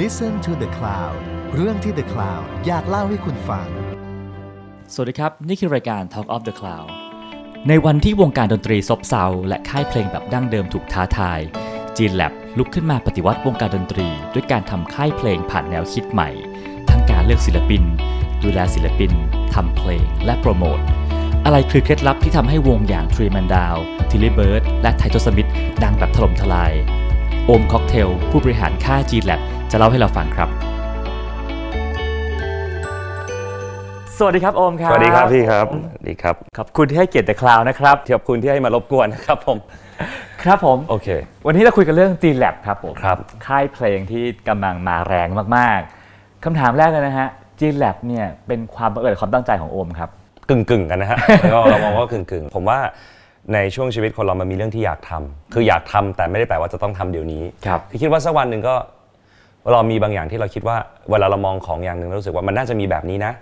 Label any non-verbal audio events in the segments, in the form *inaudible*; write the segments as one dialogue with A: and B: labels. A: Listen to the Cloud เรื่องที่ The Cloud อยากเล่าให้คุณฟัง
B: สวัสดีครับ นี่คือรายการ Talk of the Cloud ในวันที่วงการดนตรีซบเซาและค่ายเพลงแบบดั้งเดิมถูกท้าทาย จีนแลบลุกขึ้นมาปฏิวัติวงการดนตรี ด้วยการทำค่ายเพลงผ่านแนวคิดใหม่ ทั้งการเลือกศิลปิน ดูแลศิลปินทำเพลงและโปรโมท อะไรคือเคล็ดลับที่ทำให้วงอย่างทรีแมนดาวทิลลี่เบิร์ดและไททอสมิธดังแบบถล่มทลายโอมค็อกเทลผู้บริหารค่ายจีนแลบจะเล่าให้เราฟังครับ สวัสดีครับโอมครับ
C: สวัสดีครับพี่ครับสวัสดีครับ
B: ขอบคุณที่ให้เกียรติ The Cloud นะครับ
C: ขอบคุณที่ให้มารบกวนนะครับผม
B: ครับผม
C: โอเค
B: วันนี้เราคุยกันเรื่อง G Lab ครับผม
C: ครับ
B: ค่ายเพลงที่กำลังมาแรงมาก ๆ คำถามแรกเลยนะฮะ G Lab เนี่ยเป็นความบังเอิญหรือความตั้งใจของโอมครับ
C: กึ่งกึ่งๆกันนะฮ *laughs* ะ ก็เรามองว่ากึ่งกึ่งๆ ผมว่าในช่วงชีวิตคนเรามันมีเรื่องที่อยากทำคืออยากทำแต่ไม่ได้แปลว่าจะต้องทำเดี๋ยวนี้
B: ครับ
C: คือคิดว่าสักวันหนึ่งก็เรามีบางอย่างที่เราคิดว่าเวลาเรามองของอย่างหนึ่งเรารู้สึกว่ามันน่าจะมีแบบนี้นะ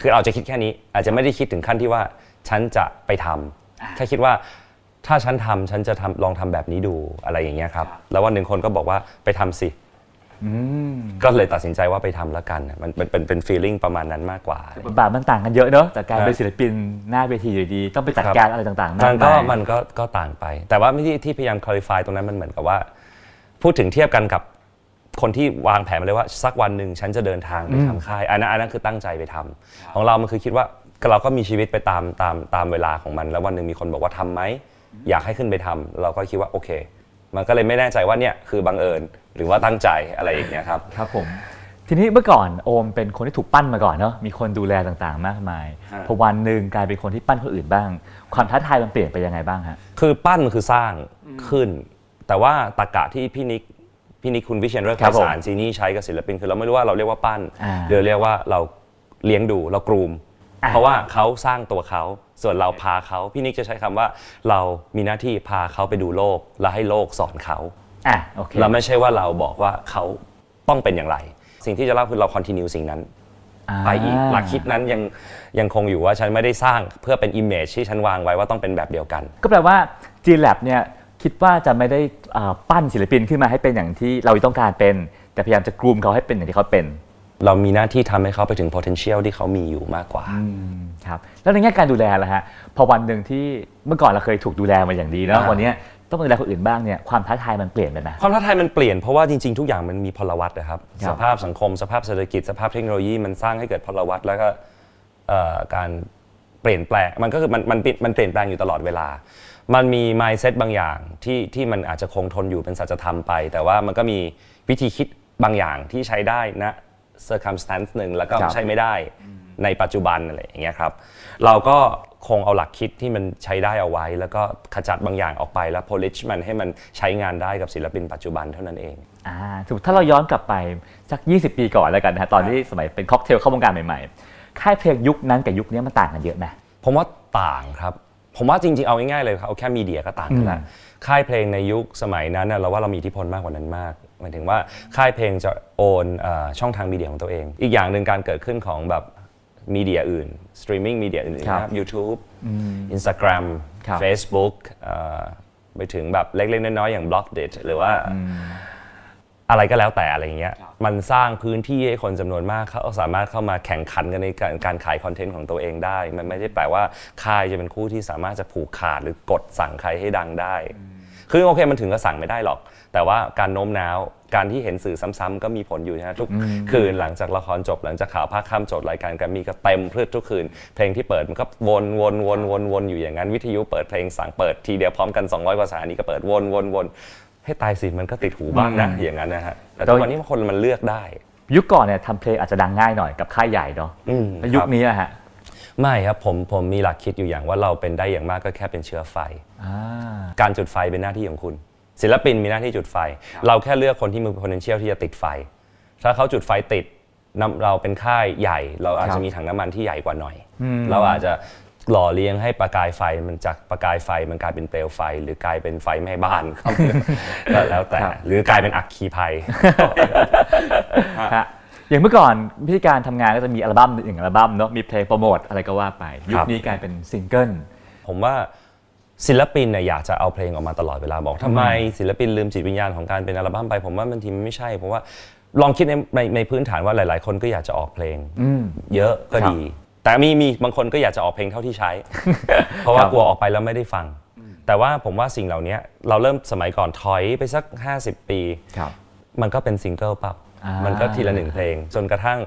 C: คือเราจะคิดแค่นี้ อาจจะไม่ได้คิดถึงขั้นที่ว่าฉันจะไปทำแค่คิดว่าถ้าฉันทำฉันจะทำลองทำแบบนี้ดูอะไรอย่างเงี้ยครับแล้ววันหนึ่งคนก็บอกว่าไปทำสิ ก็เลยตัดสินใจว่าไปทำแล้วกันนะมันมันเป็นเป็น feeling ประมาณนั้นมากกว่า
B: บทบาทมันต่างกันเยอะเนอะจากการ
C: ครับ
B: เป็นศิลปินหน้าเวทีอยู่ดีต้องไปจัด
C: ครับ
B: การอะไรต่าง ๆ
C: มั
B: มาก
C: นก็
B: มาย
C: มันก็ก็ต่างไป แต่ว่าที่ที่พยายาม clarify ตรงนั้นมันเหมือนกับว่า พูดถึงเทียบกันกับคนที่วางแผนมาเลยว่าสักวันหนึ่งฉันจะเดินทางไปทำค่ายอันนั้นอันนั้นคือตั้งใจไปทำของเรามันคือคิดว่าเราก็มีชีวิตไปตามตามตามเวลาของมัน แล้ววันหนึ่งมีคนบอกว่าทำไหมอยากให้ขึ้นไปทำเราก็คิดว่าโอเค มันก็เลยไม่แน่ใจว่าเนี่ยคือบังเอิญหรือว่าตั้งใจอะไรอย่างเงี้ยครับ
B: ครับผม ทีนี้เมื่อก่อนโอมเป็นคนที่ถูกปั้นมาก่อนเนอะมีคนดูแลต่าง ๆ มากมาย
C: ฮะ
B: พอวันหนึ่งกลายเป็นคนที่ปั้นคนอื่นบ้าง ความท้าทายมันเปลี่ยนไปยังไงบ้างฮะ
C: คือปั้นมันคือสร้างขึ้น แต่ว่าตรรกะที่พี่นิกพี่นิกคุณวิเชียนเรื่อง
B: ครับ
C: ไพ
B: ผม
C: ศาลซีนี่ใช้กับศิลปินคือเราไม่รู้ว่าเราเรียกว่าปั้น
B: อ่า
C: หรือเรียกว่าเราเลี้ยงดูเรากรูม
B: อ่า
C: เพราะว่าเขาสร้างตัวเขาส่วนเราพาเขาพี่นิกจะใช้คำว่าเรามีหน้าที่พาเขาไปดูโลก และให้โลกสอนเขา
B: อ่ะโอเค
C: เราไม่ใช่ว่าเราบอกว่าเขาต้องเป็นอย่างไร สิ่งที่จะเล่าคือเราคอนติเนียสิ่งนั้น ไปอีกหลักคิดนั้นยังยังคงอยู่ว่าฉันไม่ได้สร้างเพื่อเป็นอิมเมจที่ฉันวางไว้ว่าต้องเป็นแบบเดียวกัน
B: ก็แปลว่า G Lab เนี่ยคิดว่าจะไม่ได้เอ่อปั้นศิลปินขึ้นมาให้เป็นอย่างที่เราต้องการเป็น แต่พยายามจะกรูมเขาให้เป็นอย่างที่เขาเป็น
C: เรามีหน้าที่ทำให้เขาไปถึง potential ที่เขามีอยู่มากกว่า
B: ครับแล้วในแง่การดูแลล่ะฮะพอวันหนึ่งที่เมื่อก่อนเราเคยถูกดูแลมาอย่างดีเนาะ
C: อ่า
B: วันเนี้ยต้องมาดูแลคนอื่นบ้างเนี่ยความท้าทายมันเปลี่ยนไปไหม
C: ความท้าทายมันเปลี่ยนเพราะว่าจริง ๆ ทุกอย่างมันมีพลวัตนะครับ
B: ครับ
C: สภาพสังคม สภาพเศรษฐกิจ สภาพเทคโนโลยีมันสร้างให้เกิดพลวัตแล้วก็เอ่อการเปลี่ยนแปลงมันก็คือมันมันเปลี่ยนมันเปลี่ยนแปลงอยู่ตลอดเวลา มันมี mindset บางอย่างที่ที่มันอาจจะคงทนอยู่เป็นสัจธรรมไป แต่ว่ามันก็มีวิธีคิดบางอย่างที่ใช้ได้นะ circumstance หนึ่งแล้วก็
B: ครับ
C: ใช้ไม่ได้ในปัจจุบันอะไรอย่างเงี้ยครับเราก็คงเอาหลักคิดที่มันใช้ได้เอาไว้ แล้วก็ขจัดบางอย่างออกไปแล้ว polish มันให้มันใช้งานได้กับศิลปินปัจจุบันเท่านั้นเอง
B: อ่าถูกถ้าเราย้อนกลับไปสัก 20 ปีก่อนแล้วกันนะฮะตอนที่สมัยเป็นค็อกเทลเข้าวงการใหม่ๆค่ายเพลงยุคนั้นกับยุคนี้มันต่างกันเยอะไหม
C: ผมว่าต่างครับ ผมว่าจริง ๆ เอาง่ายๆเลยครับเอาแค่มีเดียก็ต่างกันละค่ายเพลงในยุคสมัยนั้นน่ะเราว่าเรามีอิทธิพลมากกว่านั้นมากหมายถึงว่าค่ายเพลงจะโอนเอ่อช่องทางมีเดียของตัวเอง อีกอย่างหนึ่งการเกิดขึ้นของแบบมีเดียอื่นสตรีมมิ่งมีเดียอื่นๆ
B: ครับ
C: นะครับ YouTube Instagram
B: ครับ
C: Facebook เอ่อไปถึงแบบเล็กๆ น้อยๆอย่าง b l o c k d i t หรือว่า อะไรก็แล้วแต่อะไรอย่างเงี้ย มันสร้างพื้นที่ให้คนจำนวนมากเขาสามารถเข้ามาแข่งขันกันในการการขายคอนเทนต์ของตัวเองได้ มันไม่ได้แปลว่าค่ายจะเป็นคู่ที่สามารถจะผูกขาดหรือกดสั่งใครให้ดังได้ คือโอเคมันถึงก็สั่งไม่ได้หรอก แต่ว่าการโน้มน้าว การที่เห็นสื่อซ้ำๆก็มีผลอยู่นะทุกคืนหลังจากละครจบหลังจากข่าวภาคค่ำจบรายการแกรมมีก็เต็มพืชทุกคืน เพลงที่เปิดมันก็วนวนวนวนวนอยู่อย่างนั้นวิทยุเปิดเพลงสั่งเปิดทีเดียวพร้อมกัน200กว่าสถานีก็เปิดวนวนวนให้ตายสิมันก็ติดหูบ้างนะ อย่างนั้นนะฮะแต่ตอนนี้คนมันเลือกได้
B: ยุคก่อนเนี่ยทำเพลงอาจจะดังง่ายหน่อยกับค่ายใหญ่เนาะ
C: อืม
B: แล้วยุ
C: ค
B: ครับ นี้อะฮะ
C: ไม่ครับผมผมมีหลักคิดอยู่อย่างว่าเราเป็นได้อย่างมากก็แค่เป็นเชื้อไฟ
B: อ่า
C: การจุดไฟเป็นหน้าที่ของคุณ ศิลปินมีหน้าที่จุดไฟ เราแค่เลือกคนที่มี potential ที่จะติดไฟ ถ้าเขาจุดไฟติดนำเราเป็นค่ายใหญ่ เราอาจ
B: ครั
C: จะ
B: บ
C: มีถังน้ำมันที่ใหญ่กว่าหน่อย เราอาจจะหล่อเลี้ยงให้ประกายไฟมันจากประกายไฟมันกลายเป็นเปลวไฟ หรือกลายเป็นไฟไหม้บ้าน *laughs* ครับ แล้วแล้วแต่หรือกลายเป็นอัคคีภัย
B: ฮะอย่างเมื่อก่อนพิธีการทำงานก็จะมีอัลบั้มหนึ่งอัลบั้มเนาะมีเพลงโปรโมทอะไรก็ว่าไป ยุคนี้กลายเป็นซิงเกิล
C: ผมว่าศิลปินเนี่ยอยากจะเอาเพลงออกมาตลอดเวลาบอกทำไมศิลปินลืมจิตวิญญาณของการเป็นอัลบั้มไป ผมว่ามันทีมันไม่ใช่ เพราะว่า ลองคิดในในในพื้นฐานว่าหลาย ๆ คนก็อยากจะออกเพลง
B: อืม
C: เยอะก็
B: ครับ
C: ดี แต่มีมีบางคนก็อยากจะออกเพลงเท่าที่
B: *laughs*
C: ใช้ เพราะ
B: ค
C: ว่า
B: รับ
C: กลัวออกไปแล้วไม่ได้ฟัง แต่ว่าผมว่าสิ่งเหล่านี้เราเริ่มสมัยก่อนถอยไปสัก 50 ปี
B: ครับ
C: มันก็เป็นซิงเกิลปั๊บ
B: อ่ามั
C: มันก็ทีละหนึ่งเพลง จนกระทั่ง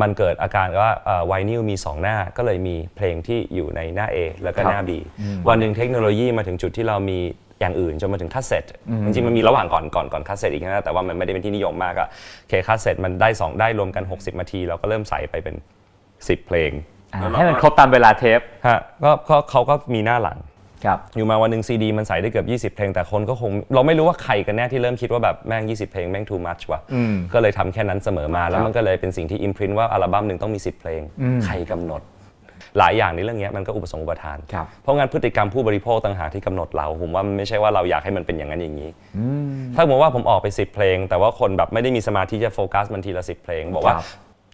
C: มันเกิดอาการว่าไวนิลมี 2 หน้าก็เลยมีเพลงที่อยู่ในหน้า A แล้วก็หน้า B วันหนึ่งเทคโนโลยีมาถึงจุดที่เรามีอย่างอื่นจนมาถึงคาสเซ็ตจริงๆมันมีระหว่างก่อนก่อนก่อนคาสเซ็ตอีกนะแต่ว่ามันไม่ได้เป็นที่นิยมมากอะเคคาสเซ็ตมันได้สองได้รวมกัน 60นาทีเราก็เริ่มใส่ไปเป็น 10 เพลง
B: อ่าให้มันครบตามเวลาเทป
C: ฮะก็ก็เขาก็มีหน้าหลัง
B: ครับ
C: อยู่มาวันหนึ่งซีดีมันใส่ได้เกือบ 20 เพลงแต่คนก็คง เราไม่รู้ว่าใครกันแน่ที่เริ่มคิดว่าแบบแม่ง 20 เพลงแม่ง too much ว่ะ ก็เลยทำแค่นั้นเสมอมา แล้วมันก็เลยเป็นสิ่งที่ imprint ว่าอัลบั้มหนึ่งต้องมี 10 เพลง ใครกำหนด หลายอย่างในเรื่องเนี้ยมันก็อุปสงค์อุปทาน
B: ครับ
C: เพราะงั้นพฤติกรรมผู้บริโภคต่างหากที่กำหนดเราผมว่ามันไม่ใช่ว่าเราอยากให้มันเป็นอย่างนั้นอย่างนี้ ถ้าผมติว่าผมออกไป 10 เพลง แต่ว่าคนแบบไม่ได้มีสมาธิจะโฟกัสมันทีละ 10 เพลง บอกว่า
B: ครับ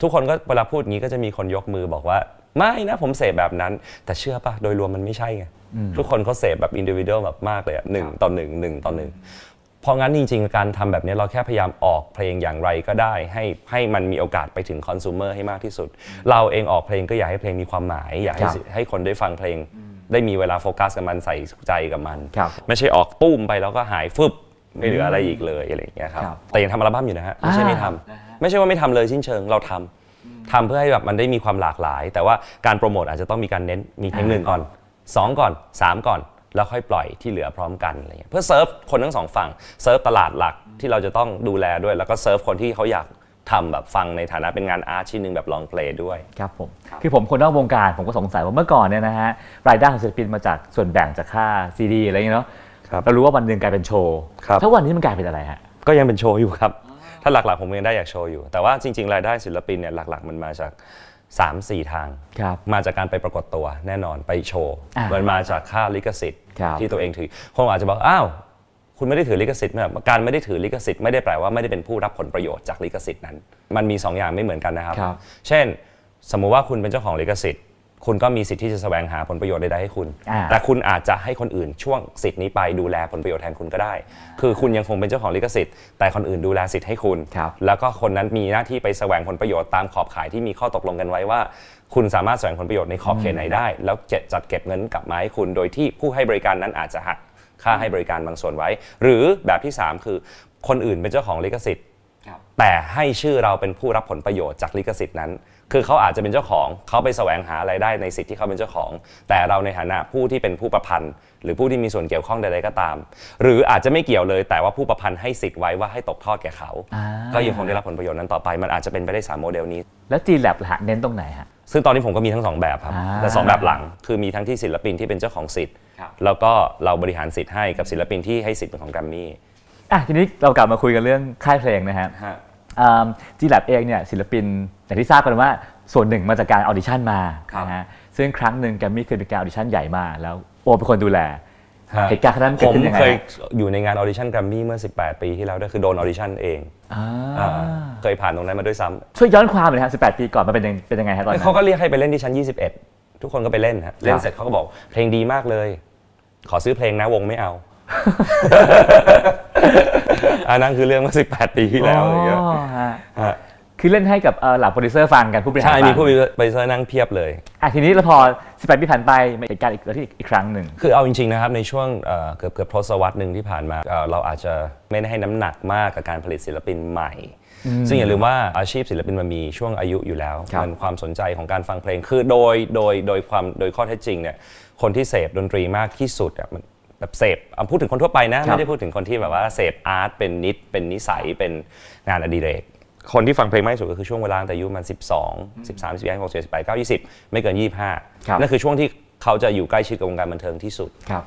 C: ทุกคนก็เวลาพูดอย่างนี้ก็จะมีคนยกมือบอกว่า ไม่นะผมเสพแบบนั้น แต่เชื่อปะโดยรวมมันไม่ใช่ไง ทุกคนเขาเสพแบบอินดิวิเด l แบบมากเลยอะหนึ่งต่อหนึ่งหนึ่งต่อหนึ่งเพราะงั้นจริงๆ การทำแบบนี้เราแค่พยายามออกเพลงอย่างไรก็ได้ ให้ให้มันมีโอกาสไปถึงคอน sumer ให้มากที่สุด เราเองออกเพลงก็อยากให้เพลงมีความหมาย อยากให้
B: ครับ
C: ให้คนได้ฟังเพลง ได้มีเวลาโฟกัสกับมันใส่ใจกับมัน
B: ครับ
C: ไม่ใช่ออกตุ้มไปแล้วก็หายฟึบไม่เหลืออะไรอีกเลยอะไรอย่างเงี้ยครับ
B: ครับ
C: แต่ยังทำอัลบั้มอยู่นะฮะไม่ใช่ไม่ทำ
B: อ่านะฮะ
C: ไม่ใช่ว่าไม่ทำเลยสิ้นเชิงเราทำทำเพื่อให้แบบมันได้มีความหลากหลาย แต่ว่าการโปรโมทอาจจะต้องมีการเน้นมีเพลงหนึ่งก่อนสองก่อนสามก่อน แล้วค่อยปล่อยที่เหลือพร้อมกันอะไรเงี้ยเพื่อเซิร์ฟคนทั้งสองฝั่งเซิร์ฟตลาดหลักที่เราจะต้องดูแลด้วย แล้วก็เซิร์ฟคนที่เขาอยากทำแบบฟังในฐานะเป็นงานอาร์ตชิ้นหนึ่งแบบลองเพลย์ด้วย
B: ครับผมคือผมคนนอกวงการผมก็สงสัยว่าเมื่อก่อนเนี่ยนะฮะรายได้ของศิลปินมาจากส่วนแบ่งจากค่าซีดีอะไรอย่างเงี้ยเนาะ
C: ครับ
B: เรารู้ว่าวันหนึ่งกลายเป็นโชว์
C: ครับ
B: ถ้าวันนี้มันกลายเป็นอะไรฮะ
C: ก็ยังเป็นโชว์อยู่ครับ ถ้าหลักๆผมยังได้อยากโชว์อยู่ แต่ว่าจริง ๆ รายได้ศิลปินเนี่ยหลักๆ มันมาจาก 3 4 ทาง
B: ครับ
C: มาจากการไปปรากฏตัวแน่นอนไปโชว์
B: อ่ามั
C: มันมาจากค่าลิขสิทธิ์
B: ครับ
C: ที่ตัวเองถือ คนอาจจะบอก อ้าว คุณไม่ได้ถือลิขสิทธิ์เนี่ยการไม่ได้ถือลิขสิทธิ์ไม่ได้แปลว่าไม่ได้เป็นผู้รับผลประโยชน์จากลิขสิทธิ์นั้น มันมีสองอย่างไม่เหมือนกันนะครับ
B: ครับ
C: เช่น สมมุติว่าคุณเป็นเจ้าของลิขสิทธิ์ คุณก็มีสิทธิ์ที่จะแสวงหาผลประโยชน์ใดๆให้คุณ
B: อ่า
C: แต่คุณอาจจะให้คนอื่นช่วงสิทธิ์นี้ไปดูแลผลประโยชน์แทนคุณก็ได้ คือคุณยังคงเป็นเจ้าของลิขสิทธิ์ แต่คนอื่นดูแลสิทธิ์ให้คุณ
B: ครับ
C: แล้วก็คนนั้นมีหน้าที่ไปแสวงผลประโยชน์ตามขอบขายที่มีข้อตกลงกันไว้ว่า คุณสามารถแสวงผลประโยชน์ในขอบเขตไหนได้ แล้วจะจัดเก็บเงินกลับมาให้คุณโดยที่ผู้ให้บริการนั้นอาจจะหักค่าให้บริการบางส่วนไว้ หรือแบบที่สามคือ คนอื่นเป็นเจ้าของลิขสิทธิ์ แต่ให้ชื่อเราเป็นผู้รับผลประโยชน์จากลิขสิทธิ์นั้น คือเขาอาจจะเป็นเจ้าของเขาไปแสวงหาไรายได้ในสิทธิ์ที่เขาเป็นเจ้าของ แต่เราในฐานะผู้ที่เป็นผู้ประพันธ์ หรือผู้ที่มีส่วนเกี่ยวข้องใดๆก็ตาม หรืออาจจะไม่เกี่ยวเลย แต่ว่าผู้ประพันธ์ให้สิทธิ์ไว้ว่าให้ตกทอดแก่เขา
B: อ่า
C: ก็ยังคงได้รับผลประโยชน์นั้นต่อไป มันอาจจะเป็นไปได้สามโมเดลนี้
B: แล้วจีแลบฮะเน้นตรงไหนฮะ
C: ซึ่งตอนนี้ผมก็มีทั้งสองแบบครับ
B: อ่า
C: แต่สองแบบหลัง คือมีทั้งที่ศิลปินที่เป็นเจ้าของสิทธิ์
B: ครับ
C: แล้วก็เราบริหารสิทธิ์ให้กับศิลปินที่ให้สิทธิ์เป็นของแกรมมี่
B: อ่ะทีนี้เรากลับมาคุยกันเรื่องค่ายเพลงนะฮะจีแลบเองเนี่ยศิลปินอย่างที่ทราบกันว่าส่วนหนึ่งมาจากการออดิชั่นมานะฮะซึ่งครั้งหนึ่งแกรมมี่เคยเป็นการออดิชั่นใหญ่มากแล้วโอเป็นคนดูแลเหตุการณ์ครั้งนั้นเกิ
C: ผ
B: ด
C: ม
B: ขึ้นยังไง
C: เคย
B: ฮะ
C: อยู่ในงานออดิชั่นแกรมมี่เมื่อ 18 ปีที่แล้วด้วยคือโดนออดิชั่นเอง
B: อ่า
C: อ่าเคยผ่านตรงนั้นมาด้วยซ้ำ
B: ช่วยย้อนความหน่อยฮะ18 ปีก่อนมันเป็นยังเป็นยังไงฮะตอนนั้น
C: เขาก็เรียกให้ไปเล่นที่ชั้น 21 ทุกคนก็ไปเล่นฮะเล่นเสร็จเขาก็บอกเพลงดีมากเลย ขอซื้อเพลงนะวง
B: *laughs*
C: ไม่เอา อันนั้นคือเรื่องเมื่อ 18 ปีที่แล้วอะไรอย่างเงี้ย
B: อ๋อฮะ
C: ฮะ
B: คือเล่นให้กับเอ่อเหลับโปรดิวเซอร์ฟังกันผู้บริหาร
C: ใช่
B: ฟัง
C: มีผู้ไปเซอร์นั่งเพียบเลย
B: อ่ะทีนี้เราพอ 18ปีผ่านไปมาเหตุการณ์อีกแล้วที่อีกครั้งหนึ่ง
C: คือเอาจริงๆนะครับในช่วงเอ่อเกือบเกือบทศวรรษหนึ่งที่ผ่านมาเอ่อเราอาจจะไม่ได้ให้น้ำหนักมากกับการผลิตศิลปินใหม่ ซึ่งอย่าลืมว่าอาชีพศิลปินมันมีช่วงอายุอยู่แล้ว
B: ครับ
C: มันความสนใจของการฟังเพลงคือโดยโดยโดยความโดยข้อเท็จจริงเนี่ยคนที่เสพดนตรีมากที่สุดอะมันแบบเสพเอาพูดถึงคนทั่วไปนะ
B: ครับ
C: ไม่ได้พูดถึงคนที่แบบว่าเสพอาร์ตเป็นนิดเป็นนิสัยเป็นงานอดิเรกคนที่ฟังเพลงมากที่สุดก็คือช่วงเวลาตั้งแต่อายุมัน 12 13 15 16 17 18 19 20 ไม่เกิน
B: ครับ
C: 25นั่นคือช่วงที่เขาจะอยู่ใกล้ชิดกับวงการบันเทิงที่สุด
B: ครับ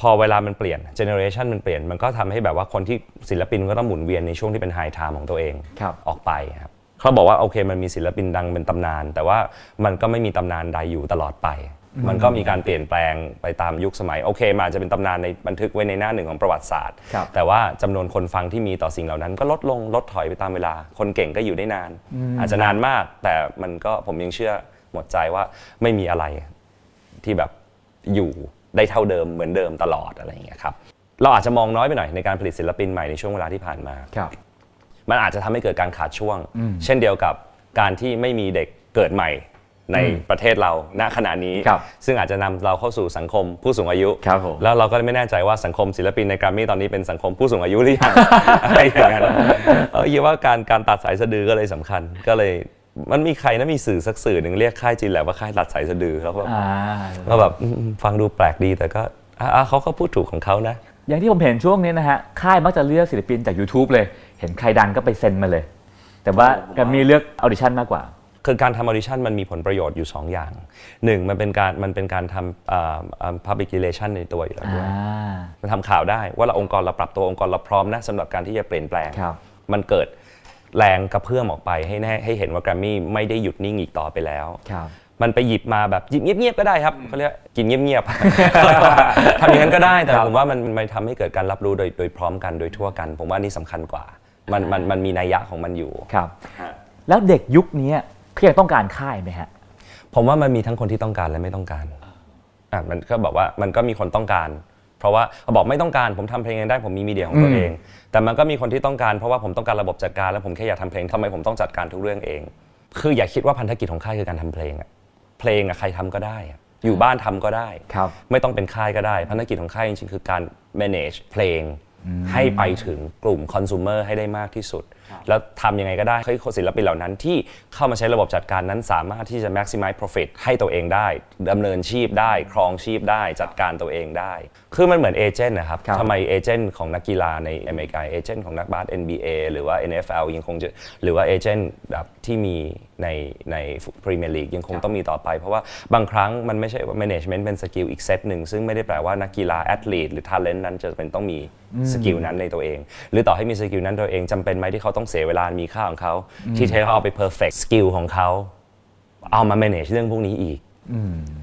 C: พอเวลามันเปลี่ยนเจเนอเรชันมันเปลี่ยน มันก็ทำให้แบบว่าคนที่ศิลปินก็ต้องหมุนเวียนในช่วงที่เป็นไฮไทม์ของตัวเอง
B: ครับ
C: ออกไปครับเขาบอกว่าโอเคมันมีศิลปินดังเป็นตำนาน แต่ว่ามันก็ไม่มีตำนานใดอยู่ตลอดไป มันก็มีการเปลี่ยนแปลงไปตามยุคสมัยโอเคมันอาจจะเป็นตำนานในบันทึกไว้ในหน้าหนึ่งของประวัติศาสตร์
B: ครับ
C: แต่ว่าจำนวนคนฟังที่มีต่อสิ่งเหล่านั้น ก็ลดลงลดถอยไปตามเวลา คนเก่งก็อยู่ได้นาน อาจจะนานมาก แต่มันก็ผมยังเชื่อหมดใจว่าไม่มีอะไร ที่แบบอยู่ได้เท่าเดิมเหมือนเดิมตลอดอะไรอย่างเงี้ยครับ เราอาจจะมองน้อยไปหน่อยในการผลิตศิลปินใหม่ในช่วงเวลาที่ผ่านมา
B: ครับ
C: มันอาจจะทำให้เกิดการขาดช่วง เช่นเดียวกับการที่ไม่มีเด็กเกิดใหม่ในประเทศเราณขณะนี้
B: ครับ
C: ซึ่งอาจจะนำเราเข้าสู่สังคมผู้สูงอายุ
B: ครับผม
C: แล้วเราก็ไม่แน่ใจว่าสังคมศิลปินในแกรมมี่ตอนนี้เป็นสังคมผู้สูงอายุ
B: *laughs*
C: หรือยัง อะไรอย่างนั้นเออคิดว่าการการตัดสายสะดือก็เลยสำคัญ ก็เลยมันมีใครนะมีสื่อสักสื่อหนึ่งเรียกค่ายจีนแหละว่าค่ายตัดสายสะดือแล้วก็
B: อ่า
C: ก็แบบอืมฟังดูแปลกดีแต่ก็อ่ะอ่ะเขาก็พูดถูกของเขานะ
B: อย่างที่ผมเห็นช่วงนี้นะฮะค่ายมักจะเลือกศิลปินจาก YouTube เลย เห็นใครดังก็ไปเซ็นมาเลย แต่ว่าแกรมมี่เลือกออดิชั่นมากกว่า
C: คือการทำออดิชั่นมันมีผลประโยชน์อยู่ 2 อย่าง 1 มันเป็นการมันเป็นการทำ public relation ในตัวอยู่แล้วด้วย
B: อ่า
C: มันทำข่าวได้ว่าเราองค์กรเราปรับตัวองค์กรเราพร้อมนะสำหรับการที่จะเปลี่ยนแปลง
B: ครับ
C: มันเกิดแรงกระเพื่อมออกไปให้แน่ให้เห็นว่าแกรมมี่ไม่ได้หยุดนิ่งอีกต่อไปแล้ว
B: ครับ
C: มันไปหยิบมาแบบหยิบเงียบๆก็ได้ครับเขาเรียกกินเงียบ *laughs* ๆ ทำอย่างนั้นก็ได้แต่ผมว่ามันมันทำให้เกิดการรับรู้โดยโดยพร้อมกันโดยทั่วกัน ผมว่านี่สำคัญกว่า มันมันมันมีนัยยะของมันอยู่
B: ครับ แล้วเด็กยุคนี้เขายังต้องการค่ายไหมฮะ
C: ผมว่ามันมีทั้งคนที่ต้องการและไม่ต้องการอ่ะมันก็บอกว่ามันก็มีคนต้องการ เพราะว่าเขาบอกไม่ต้องการผมทำเพลงเองได้ผมมีมีเดียของตัวเอง แต่มันก็มีคนที่ต้องการเพราะว่าผมต้องการระบบจัดการและผมแค่อยากทำเพลงทำไมผมต้องจัดการทุกเรื่องเอง คืออย่าคิดว่าพันธกิจของค่ายคือการทำเพลงอะเพลงอะใครทำก็ได้อะอยู่บ้านทำก็ได้
B: ครับ
C: ไม่ต้องเป็นค่ายก็ได้พันธกิจของค่ายจริงๆคือการ manage เพลง ให้ไปถึงกลุ่มคอน sumer ให้ได้มากที่สุด แล้วทำยังไงก็ได้ให้ศิลปินเหล่านั้นที่เข้ามาใช้ระบบจัดการนั้นสามารถที่จะ maximize profit ให้ตัวเองได้ดำเนินชีพได้ ครองชีพได้จัดการตัวเองได้ คือมันเหมือนเอเจนต์นะครับ
B: ครับ
C: ทำไมเอเจนต์ของนักกีฬาในอเมริกาเอเจนต์ของนักบาส NBA หรือว่า NFL ยังคงจะหรือว่าเอเจนต์แบบที่มีในในพรีเมียร์ลีกยังคงต้องมีต่อไป เพราะว่าบางครั้งมันไม่ใช่ว่า management เป็นสกิลอีกเซตหนึ่ง ซึ่งไม่ได้แปลว่านักกีฬาแอดลี e หรือท ALENT นั้นจะเป็นต้องมีสกิลนั้นในตัวเอง หรือต่อให้มีสกิลนั้นตัวเองจำเป็นไหมที่เขาต้องเสียเวลามีค่าของเขา ที่ใช้เขาเอาไป perfect สกิลของเขาเอามา manage เรื่องพวกนี้อีก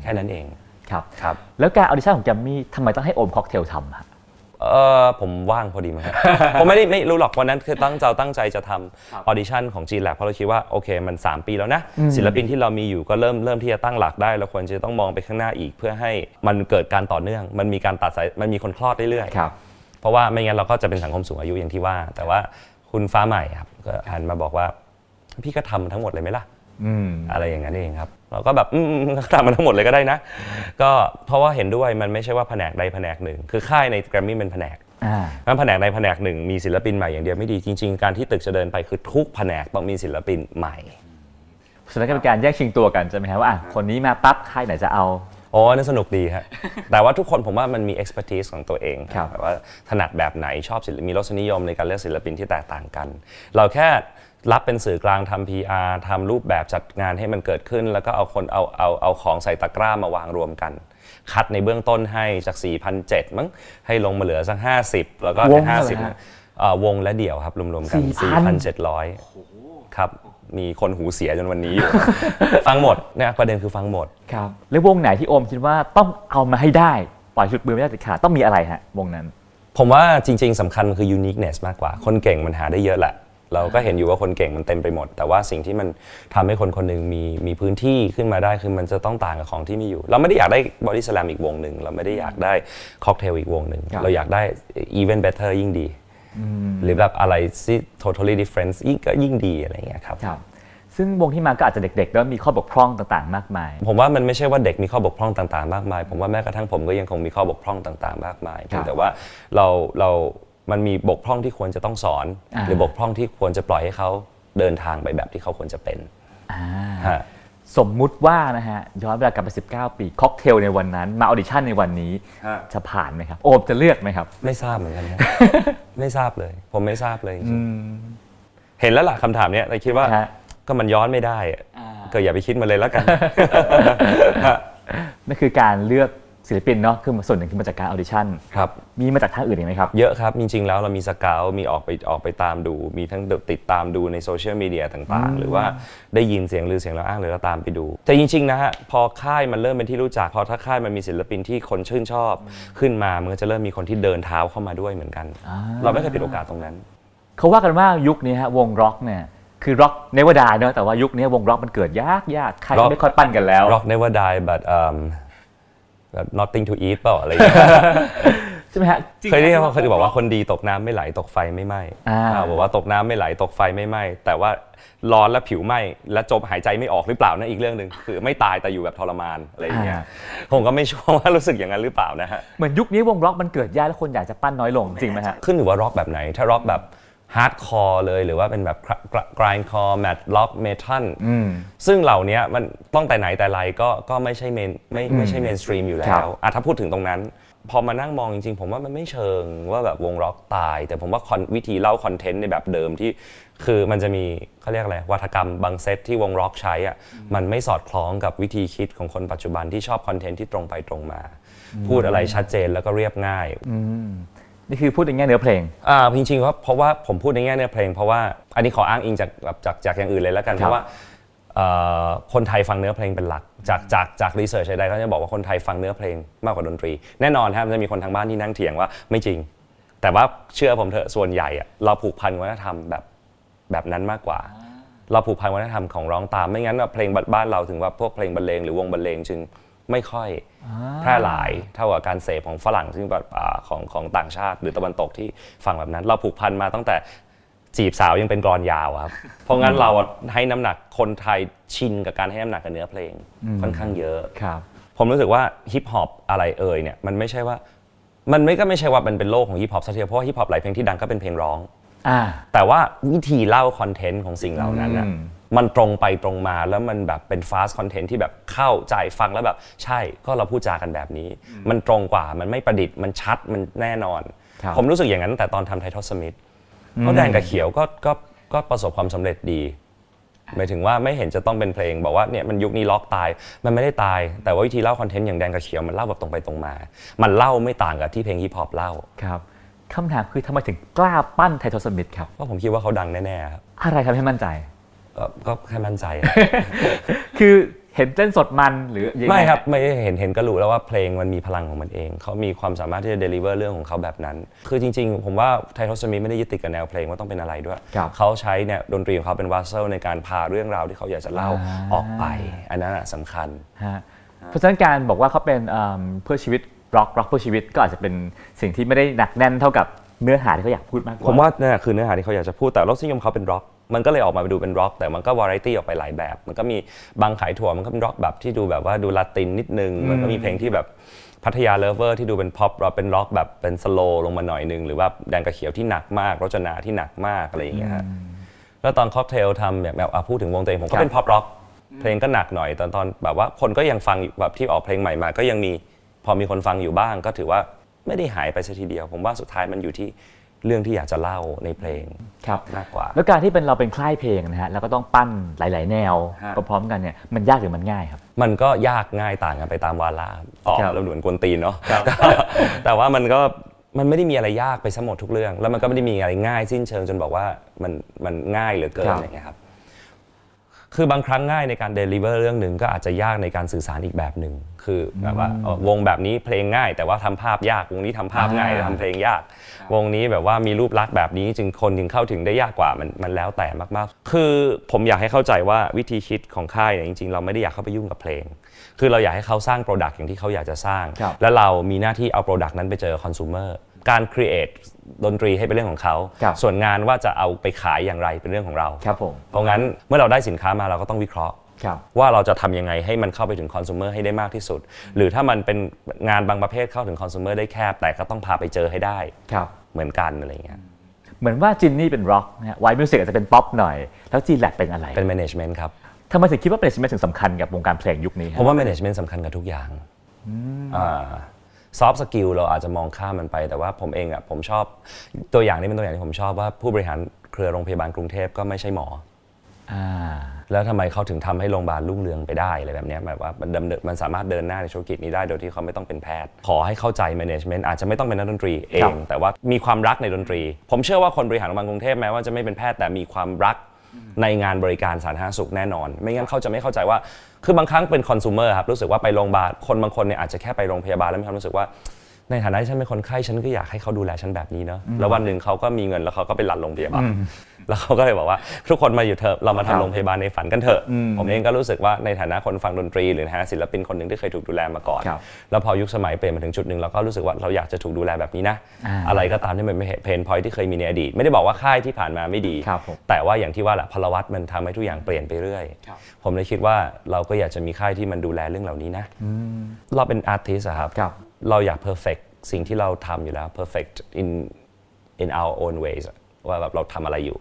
C: แค่นั้นเอง
B: ครับ
C: ครับ
B: แล้วการออดิชั่นของแกรมมี่ทำไมต้องให้โอมค็อกเทลทำฮะ
C: เออผมว่างพอดีมั้ง *laughs* ครับ ผมไม่ได้ไม่รู้หรอกวันนั้นคือตั้งใจตั้งใจจะทำออดิชั่นของ G Lab เพราะเราคิดว่าโอเคมัน 3 ปีแล้วนะ ศิลปินที่เรามีอยู่ก็เริ่มเริ่มที่จะตั้งหลักได้ เราควรจะต้องมองไปข้างหน้าอีก เพื่อให้มันเกิดการต่อเนื่อง มันมีการตัดสายมันมีคนคลอดเรื่อยๆ เพราะว่าไม่งั้นเราก็จะเป็นสังคมสูงอายุอย่างที่ว่า แต่ว่าคุณฟ้าใหม่ครับก็หันมาบอกว่า พี่ก็ทำทั้งหมดเลยไหมล่ะอะไรอย่างนั้นเองครับ เราก็แบบอืม *laughs* อืมทำมันทั้งหมดเลยก็ได้นะ ก็เพราะว่าเห็นด้วยมันไม่ใช่ว่าแผนกใดแผนกหนึ่ง คือค่ายในแกรมมี่เป็นแผนก
B: อ่า
C: งั้นแผนกในแผนกหนึ่งมีศิลปินใหม่อย่างเดียวไม่ดีจริง ๆ การที่ตึกจะเดินไปคือทุกแผนกต้องมีศิลปินใหม่
B: ฉะนั้นก็เป็นการแยกชิงตัวกันใช่ไหมฮะว่าอ่ะคนนี้มาปั๊บค่ายไหนจะเอา
C: โอ้นั่นสนุกดี
B: *laughs*
C: ครับ แต่ว่าทุกคนผมว่ามันมี expertise ของตัวเอง
B: ครับ
C: แบบว่าถนัดแบบไหนชอบศิลปมีรสนิยมในการเลือกศิลปินที่แตกต่างกัน เราแค่รับเป็นสื่อกลางทำ PR ทำรูปแบบจัดงานให้มันเกิดขึ้น แล้วก็เอาคนเอาเอาเอาของใส่ตะกร้ามาวางรวมกัน คัดในเบื้องต้นให้จาก 4,700มั้งให้ลงมาเหลือสัก50 แล้วก็
B: วงเท่าไหร่
C: 50
B: ฮะ
C: เอ่อวงและเดี่ยวครับ รวมๆกัน
B: 4,000
C: 4,700 ครับมีคนหูเสียจนวันนี้
B: *laughs*
C: อยู่ ฟังหมดนะประเด็นคือฟังหมด
B: ครับแล้ววงไหนที่โอมคิดว่าต้องเอามาให้ได้ ปล่อยชุดมือไม่ได้เด็ดขาดต้องมีอะไรฮะ วงนั้น
C: ผมว่าจริง ๆสำคัญคือ uniqueness มากกว่า คนเก่งมันหาได้เยอะแหละ เราก็เห็นอยู่ว่าคนเก่งมันเต็มไปหมด แต่ว่าสิ่งที่มันทำให้คนคนหนึ่งมีมีพื้นที่ขึ้นมาได้คือมันจะต้องต่างกับของที่มีอยู่ เราไม่ได้อยากได้บอดี้ส a ลมอีกวงหนึ่ง เราไม่ได้อยากได้ค็อกเทลอีกวงหนึ่ง
B: ครับ
C: เราอยากได้ even better ยิ่งดี หรือแบบอะไรที่ totally different ยิ่งก็ยิ่งดีอะไรอย่างเงี้ยครับ
B: ครับ ซึ่งวงที่มาก็อาจจะเด็กๆแล้วมีข้อบกพร่องต่างๆ มากมาย
C: ผมว่ามันไม่ใช่ว่าเด็กมีข้อบกพร่องต่างๆ มากมาย ผมว่าแม้กระทั่งผมก็ยังคงมีข้อบกพร่องต่างๆ มากมายเพียงแต่ว่าเราเรา มันมีบกพร่องที่ควรจะต้องสอน
B: อ่า
C: หรือบกพร่องที่ควรจะปล่อยให้เขาเดินทางไปแบบที่เขาควรจะเป็นฮะ
B: สมมุติว่านะฮะย้อนเวลากลับไป 19 ปีค็อกเทลในวันนั้นมาออดิชั่นในวันนี้จะผ่านไหมครับ โอมจะเลือกไหมครับ
C: ไม่ทราบเหมือนกัน *laughs* ครับ ไม่ทราบเลย ผมไม่ทราบเลยจริงๆเห็นแล้วล่ะคำถามเนี้ยแต่คิดว่า
B: ฮะ
C: ก็มันย้อนไม่ได้อะก็อย่าไปคิดมันเลยแล้วกัน
B: นั่นคือการเลือกศิลปินเนาะคือส่วนหนึ่งคือมาจากการออดิชั่น
C: ครับ
B: มีมาจากทางอื่นอีกไหมครับ
C: เยอะครับ จริง ๆ แล้วเรามีสเกาวมีออกไปออกไปตามดู มีทั้งติดตามดูในโซเชียลมีเดียต่างๆ หรือว่าได้ยินเสียงลือเสียงเราอ้างหรือเราตามไปดู แต่จริง ๆ นะฮะ พอค่ายมันเริ่มเป็นที่รู้จัก พอถ้าค่ายมันมีศิลปินที่คนชื่นชอบ ขึ้นมามันก็จะเริ่มมีคนที่เดินเท้าเข้ามาด้วยเหมือนกัน เราไม่เคยปิดโอกาสตรงนั้น
B: เขาว่ากันว่ายุคนี้ฮะวงร็อกเนี่ยคือร็อกในวดายเนาะแต่ว่ายุคนี้วงร็อกมันเกิดยากยากใคร
C: ร็อก
B: ไม่ค่อยปั้นกันแล้ว
C: rock never die but um but nothing to eat เปล่าอะไรอย่างเงี้ย
B: ฉ ช่ไหมฮะจริง
C: เคยได้ยินเขาเคยบอกว่าคนดีตกน้ำไม่ไหลตกไฟไม่ไหม้
B: อ่า
C: อ่าบอกว่าตกน้ำไม่ไหลตกไฟไม่ไหม้แต่ว่าร้อนและผิวไหม้และจมหายใจไม่ออกหรือเปล่านั่นอีกเรื่องหนึ่งคือไม่ตายแต่อยู่แบบทรมานอะไรอย่างเงี้ย
B: อ่า
C: ผมก็ไม่ชัวร์ว่ารู้สึกอย่างนั้นหรือเปล่านะฮะ
B: เหมือนยุคนี้วงล็อกมันเกิดยากแล้วคนอยากจะปั้นน้อยลงจริงไหมฮะ
C: ขึ้นอยู่ว่าร็อกแบบไหน ถ้าร็อกแบบฮาร์ดคอร์เลยหรือว่าเป็นแบบกรายคอร์แมทล็อกเมทัล
B: อืม
C: ซึ่งเหล่านี้มันต้องแต่ไหนแต่ไรก็ก็ไม่ใช่เมนไม่ไม่ใช่เมนสตรีมอยู่แล้
B: ครั
C: ว
B: บ
C: อ่ะถ้าพูดถึงตรงนั้น พอมานั่งมองจริงๆ ผมว่ามันไม่เชิงว่าแบบวงร็อกตาย แต่ผมว่าคอนวิธีเล่าคอนเทนต์ในแบบเดิมที่ คือมันจะมีเขาเรียกอะไรวัฒกรรมบางเซตที่วงร็อกใช้อ่ะมันไม่สอดคล้องกับวิธีคิดของคนปัจจุบันที่ชอบคอนเทนต์ที่ตรงไปตรงมา พูดอะไรชัดเจนแล้วก็เรียบง่าย
B: นี่คือพูดอย่างเงี้ยเนื้อเพลง
C: อ่าจริงๆว่าเพราะว่าผมพูดในแง่เนื้อเพลง เพราะว่าอันนี้ขออ้างอิงจากแบบจากจากอย่างอื่นเลยแล้วกัน
B: ค
C: เพ
B: รับ
C: ราะว่าเอ่อคนไทยฟังเนื้อเพลงเป็นหลัก จากจากจากรีเสิร์ชใดๆก็จะบอกว่าคนไทยฟังเนื้อเพลงมากกว่าดนตรี แน่นอนครับมันจะมีคนทางบ้านที่นั่งเถียงว่าไม่จริง แต่ว่าเชื่อผมเถอะส่วนใหญ่อะเราผูกพันวัฒนธรรมแบบแบบนั้นมากกว่า เราผูกพันวัฒนธรรมของร้องตามไม่งั้นแบบเพลงบ้านเราถึงว่าพวกเพลงบรรเลงหรือวงบรรเลงจึงไม่ค่อยแพร่หลายเท่ากับการเสพของฝรั่งซึ่งแบบอ่าของของต่างชาติ หรือตะวันตกที่ฟังแบบนั้น เราผูกพันมาตั้งแต่จีบสาวยังเป็นกรอนยาวอะครับ *laughs* เพราะงั้นเราอะให้น้ำหนักคนไทยชินกับการให้น้ำหนักกับเนื้อเพลงค่อนข้างเยอะ
B: ครับ
C: ผมรู้สึกว่าฮิปฮอปอะไรเอ่ยเนี่ยมันไม่ใช่ว่ามันไม่ก็ไม่ใช่ว่ามันเป็นโลกของฮิปฮอปซะทีเดียวเพราะว่าฮิปฮอปหลายเพลงที่ดังก็เป็นเพลงร้อง
B: อ่า
C: แต่ว่าวิธีเล่าคอนเทนต์ของสิ่งเหล่านั้นน่ะ
B: อืม
C: มันตรงไปตรงมาแล้วมันแบบเป็นฟาสต์คอนเทนต์ที่แบบเข้าใจฟังแล้วแบบ ใช่ก็เราพูดจากันแบบนี้ มันตรงกว่ามันไม่ประดิษฐ์มันชัดมันแน่นอน
B: ครับ
C: ผมรู้สึกอย่างนั้นตั้งแต่ตอนทำไททอสมิธเพราะแดงกับเขียวก็ก็ก็ประสบความสำเร็จดีหมายถึงว่าไม่เห็นจะต้องเป็นเพลง บอกว่าเนี่ยมันยุคนี้ล็อกตาย มันไม่ได้ตาย แต่ว่าวิธีเล่าคอนเทนต์อย่างแดงกับเขียวมันเล่าแบบตรงไปตรงมา มันเล่าไม่ต่างกับที่เพลงฮิปฮอปเล่า
B: ครับคำถามคือทำไมถึงกล้าปั้นไททอสมิธครับ
C: เพราะผมคิดว่าเขาดังแน่ๆครับ
B: อะไรทำให้มั่นใจ
C: ก็ก็แค่มั่นใจ
B: *laughs* คือเห็นเต้นสดมันหรือยังง
C: ไม่ครับไม่เห็นเห็นก็รู้แล้วว่าเพลงมันมีพลังของมันเอง เขามีความสามารถที่จะเดลิเวอร์เรื่องของเขาแบบนั้น คือจริงๆ ผมว่าไททอสมิไม่ได้ยึดติดกับแนวเพลงว่าต้องเป็นอะไรด้วย
B: ครับ
C: เขาใช้เนี่ยดนตรีของเขาเป็นวาสเซลในการพาเรื่องราวที่เขาอยากจะเล่าออกไป อันนั้นอะสำคัญ
B: ฮะเพราะฉะนั้นการบอกว่าเขาเป็นเอิ่มเพื่อชีวิตร็อกร็อกเพื่อชีวิตก็อาจจะเป็นสิ่งที่ไม่ได้หนักแน่นเท่ากับเนื้อหาที่เขาอยากพูดมากกว่า
C: ผมว่านั่นแหละคือเนื้อหาที่เขาอยากจะพูดแต่รสนิยมเขาเป็นร็อก มันก็เลยออกมาดูเป็นร็อก แต่มันก็วาไรตี้ออกไปหลายแบบ มันก็มีบางขายถั่วมันก็เป็นร็อกแบบที่ดูแบบว่าดูลาตินนิดนึง มันก็มีเพลงที่แบบพัทยาเลเวอร์ที่ดูเป็นพ็อปร็อกเป็นร็อกแบบเป็นสโลลงมาหน่อยนึง หรือว่าแดงกระเขียวที่หนักมากรจนาที่หนักมากอะไรอย่างเงี้ยฮะแล้วตอนค็อกเทลทำอย่างแบบอ่ะพูดถึงวงตัวเองผมก็เป็นพ็อปร็อกเพลงก็หนักหน่อยตอนตอนแบบว่าคนก็ยังฟังอยู่แบบที่ออกเพลงใหม่มา ก็ยังมีพอมีคนฟังอยู่บ้าง ก็ถือว่าไม่ได้หายไปซะทีเดียว ผมว่าสุดท้ายมันอยู่ที่ เรื่องที่อยากจะเล่าในเพลง
B: ครับ
C: มากกว่า
B: แล้วการที่เป็นเราเป็นค่ายเพลงนะฮะแล้วก็ต้องปั้นหลาย ๆ แนว
C: ฮะ
B: พร้อมๆกันเนี่ยมันยากหรือมันง่ายครับ
C: มันก็ยากง่ายต่างกันไปตามวาระตอบ
B: ครับ
C: แล้วเหมือนกวนตีนเนาะ *laughs* แต่ว่ามันก็มันไม่ได้มีอะไรยากไปซะหมดทุกเรื่อง แล้วมันก็ไม่ได้มีอะไรง่ายสิ้นเชิงจนบอกว่ามันมันง่ายเหลือเกิน
B: ครับ
C: อย่างเงี้ยครับ คือบางครั้งง่ายในการเดลิเวอร์เรื่องหนึ่งก็อาจจะยากในการสื่อสารอีกแบบหนึ่งคือแบบว่าเอ่อวงแบบนี้เพลงง่าย แต่ว่าทำภาพยากวงนี้ทำภาพง่ายแต่ทำเพลงยาก วงนี้แบบว่ามีรูปลักษณ์แบบนี้จึงคนถึงเข้าถึงได้ยากกว่ามันมันแล้วแต่มากๆ คือผมอยากให้เข้าใจว่าวิธีคิดของค่ายเนี่ยจริงๆ เราไม่ได้อยากเข้าไปยุ่งกับเพลง คือเราอยากให้เขาสร้างโปรดักต์อย่างที่เขาอยากจะสร้าง
B: ครับ
C: แล้วเรามีหน้าที่เอาโปรดักต์นั้นไปเจอคอน sumer การ create ดนตรีให้เป็นเรื่องของเขา
B: ครับ
C: ส่วนงานว่าจะเอาไปขายอย่างไรเป็นเรื่องของเรา
B: ครับผม
C: เพราะงั้นเมื่อเราได้สินค้ามาเราก็ต้องวิเคราะห์
B: ครับ
C: ว่าเราจะทำยังไงให้มันเข้าไปถึงคอน sumer ให้ได้มากที่สุด หรือถ้ามันเป็นงานบางประเภทเข้าถึงคอน sumer ได้แคบ แต่ก็ต้องพาไปเจอให้ได้
B: ครับ
C: เหมือนกันอะไรอย่างเงี้ย
B: เหมือนว่าจินนี่เป็นร็อกนะฮะไวมิวสิกอาจจะเป็นป๊อปหน่อย แล้วจีแลบเป็นอะไร
C: เป็น management ครับ
B: ทำไมถึงคิดว่าเป็นสิ่งถึงสำคัญกับวงการเพลงยุคนี้
C: ผ
B: ฮะ
C: มว่า management สำคัญกับทุกอย่างซอฟต์สกิลเราอาจจะมองข้ามมันไป แต่ว่าผมเองอ่ะผมชอบตัวอย่างนี้เป็นตัวอย่างที่ผมชอบว่าผู้บริหารเครือโรงพยาบาลกรุงเทพก็ไม่ใช่หมอ
B: อ่า
C: แล้วทำไมเขาถึงทำให้โรงพยาบาลรุ่งเรืองไปได้อะไรแบบเนี้ยแบบว่ามันดำเนินมันสามารถเดินหน้าในธุรกิจนี้ได้โดยที่เขาไม่ต้องเป็นแพทย์ ขอให้เข้าใจ management อาจจะไม่ต้องเป็นนักดนตรีเอ
B: ครั
C: ง
B: บ
C: แต่ว่ามีความรักในดนตรี ผมเชื่อว่าคนบริหารโรงพยาบาลกรุงเทพแม้ว่าจะไม่เป็นแพทย์แต่มีความรักในงานบริการสาธารณสุขแน่นอน ไม่งั้นเขาจะไม่เข้าใจว่า คือบางครั้งเป็นคอน sumer ครับรู้สึกว่าไปโรงพยาบาลคนบางคนเนี่ยอาจจะแค่ไปโรงพยาบาลแล้วมีความรู้สึกว่า ในฐานะที่ฉันเป็นคนไข้ฉันก็อยากให้เขาดูแลฉันแบบนี้เนาะแล้ววันหนึ่งเขาก็มีเงินแล้วเขาก็ไปรันโรงพยาบาลแล้วเขาก็เลยบอกว่าทุกคนมาอยู่เถอะเรามาทำโรงพยาบาลในฝันกันเถอะ ผมเองก็รู้สึกว่าในฐานะคนฟังดนตรี หรือในฐานะศิลปินคนหนึ่งที่เคยถูกดูแลมาก่อน
B: ครับ
C: แล้วพอยุคสมัยเปลี่ยนมาถึงจุดหนึ่งเราก็รู้สึกว่าเราอยากจะถูกดูแลแบบนี้นะ
B: อ่า
C: อะไรก็ตามที่มันเป็นเพนพอยที่เคยมีในอดีต ไม่ได้บอกว่าค่ายที่ผ่านมาไม่ดี
B: ครับผม
C: แต่ว่าอย่างที่ว่าแหละพลวัตมันทำให้ทุกอย่างเปลี่ยนไปเรื่อย
B: ครับ
C: ผมเลยคิดว่าเราก็อยากจะมีค่ายที่มันดูแลเรื่องเหล่านี้นะ เราเป็นอาร์ติสครับ
B: ครับ
C: เราอยาก perfect สิ่งที่เราทำอยู่แล้ว perfect in in our own ways อะว่าแบบเราทำอะไรอยู่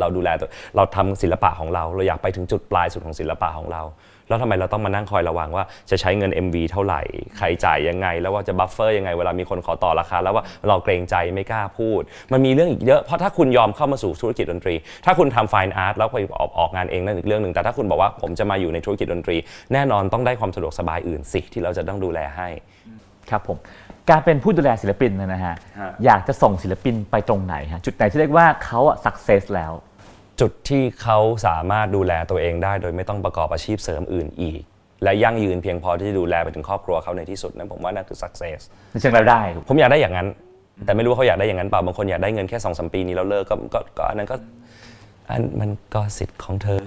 C: เราดูแลตัวเราทำศิลปะของเรา เราอยากไปถึงจุดปลายสุดของศิลปะของเรา แล้วทำไมเราต้องมานั่งคอยระวังว่าจะใช้เงิน MV เท่าไหร่ ใครจ่ายยังไง แล้วว่าจะบัฟเฟอร์ยังไง เวลามีคนขอต่อราคา แล้วว่าเราเกรงใจไม่กล้าพูด มันมีเรื่องอีกเยอะ เพราะถ้าคุณยอมเข้ามาสู่ธุรกิจดนตรี ถ้าคุณทำ fine art แล้วไปออกออกงานเองนั่นอีกเรื่องหนึ่ง แต่ถ้าคุณบอกว่าผมจะมาอยู่ในธุรกิจดนตรี แน่นอนต้องได้ความสะดวกสบายอื่นสิที่เราจะต้องดูแลให้
B: ครับผมการเป็นผู้ดูแลศิลปินเนี่ยนะฮะ
C: ฮะ
B: อยากจะส่งศิลปินไปตรงไหนฮะจุดไหนที่เรียกว่าเขาอะสักเซสแล้ว
C: จุดที่เขาสามารถดูแลตัวเองได้ โดยไม่ต้องประกอบอาชีพเสริมอื่นอีก และยั่งยืนเพียงพอที่จะดูแลไปถึงครอบครัวเขาในที่สุดนั้นผมว่านั่นคือ success
B: ในเชิงรายได้ถูก
C: ผมอยากได้อย่างนั้น แต่ไม่รู้ว่าเขาอยากได้อย่างนั้นเปล่าบางคนอยากได้เงินแค่สองสมปีนี้แล้วเลิกก็ก็ก็อันนั้นก็อันมันก็สิทธิ์ของเธอ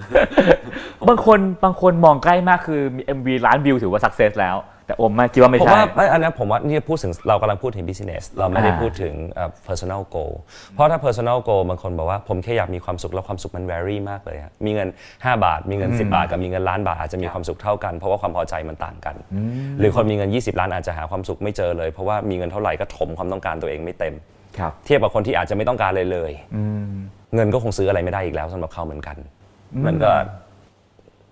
B: บางคนบางคนมองใกล้มากคือมี MV ล้านวิวถือว่าสักเซสแล้ว แต่โอมมาคิดว่าไม่
C: ผม
B: ใช่
C: ว่าอันนั้นผมว่านี่พูดถึงเรากำลังพูดถึง business เราไม่ได้
B: อ่า
C: พูดถึงเอ่อ personal goal เพราะถ้า personal goal บางคนบอกว่าผมแค่อยากมีความสุข แล้วความสุขมัน vary มากเลยฮะมีเงิน 5 บาท มีเงิน 10 บาท กับมีเงินล้านบาทอาจจะมีความสุขเท่ากัน เพราะว่าความพอใจมันต่างกัน หรือคนมีเงิน 20 ล้านอาจจะหาความสุขไม่เจอเลย เพราะว่ามีเงินเท่าไหร่ก็ถมความต้องการตัวเองไม่เต็ม
B: ครับ
C: เทียบกับคนที่อาจจะไม่ต้องการเลยเลย เงินก็คงซื้ออะไรไม่ได้อีกแล้วสำหรับเขาเหมือนกัน มันก็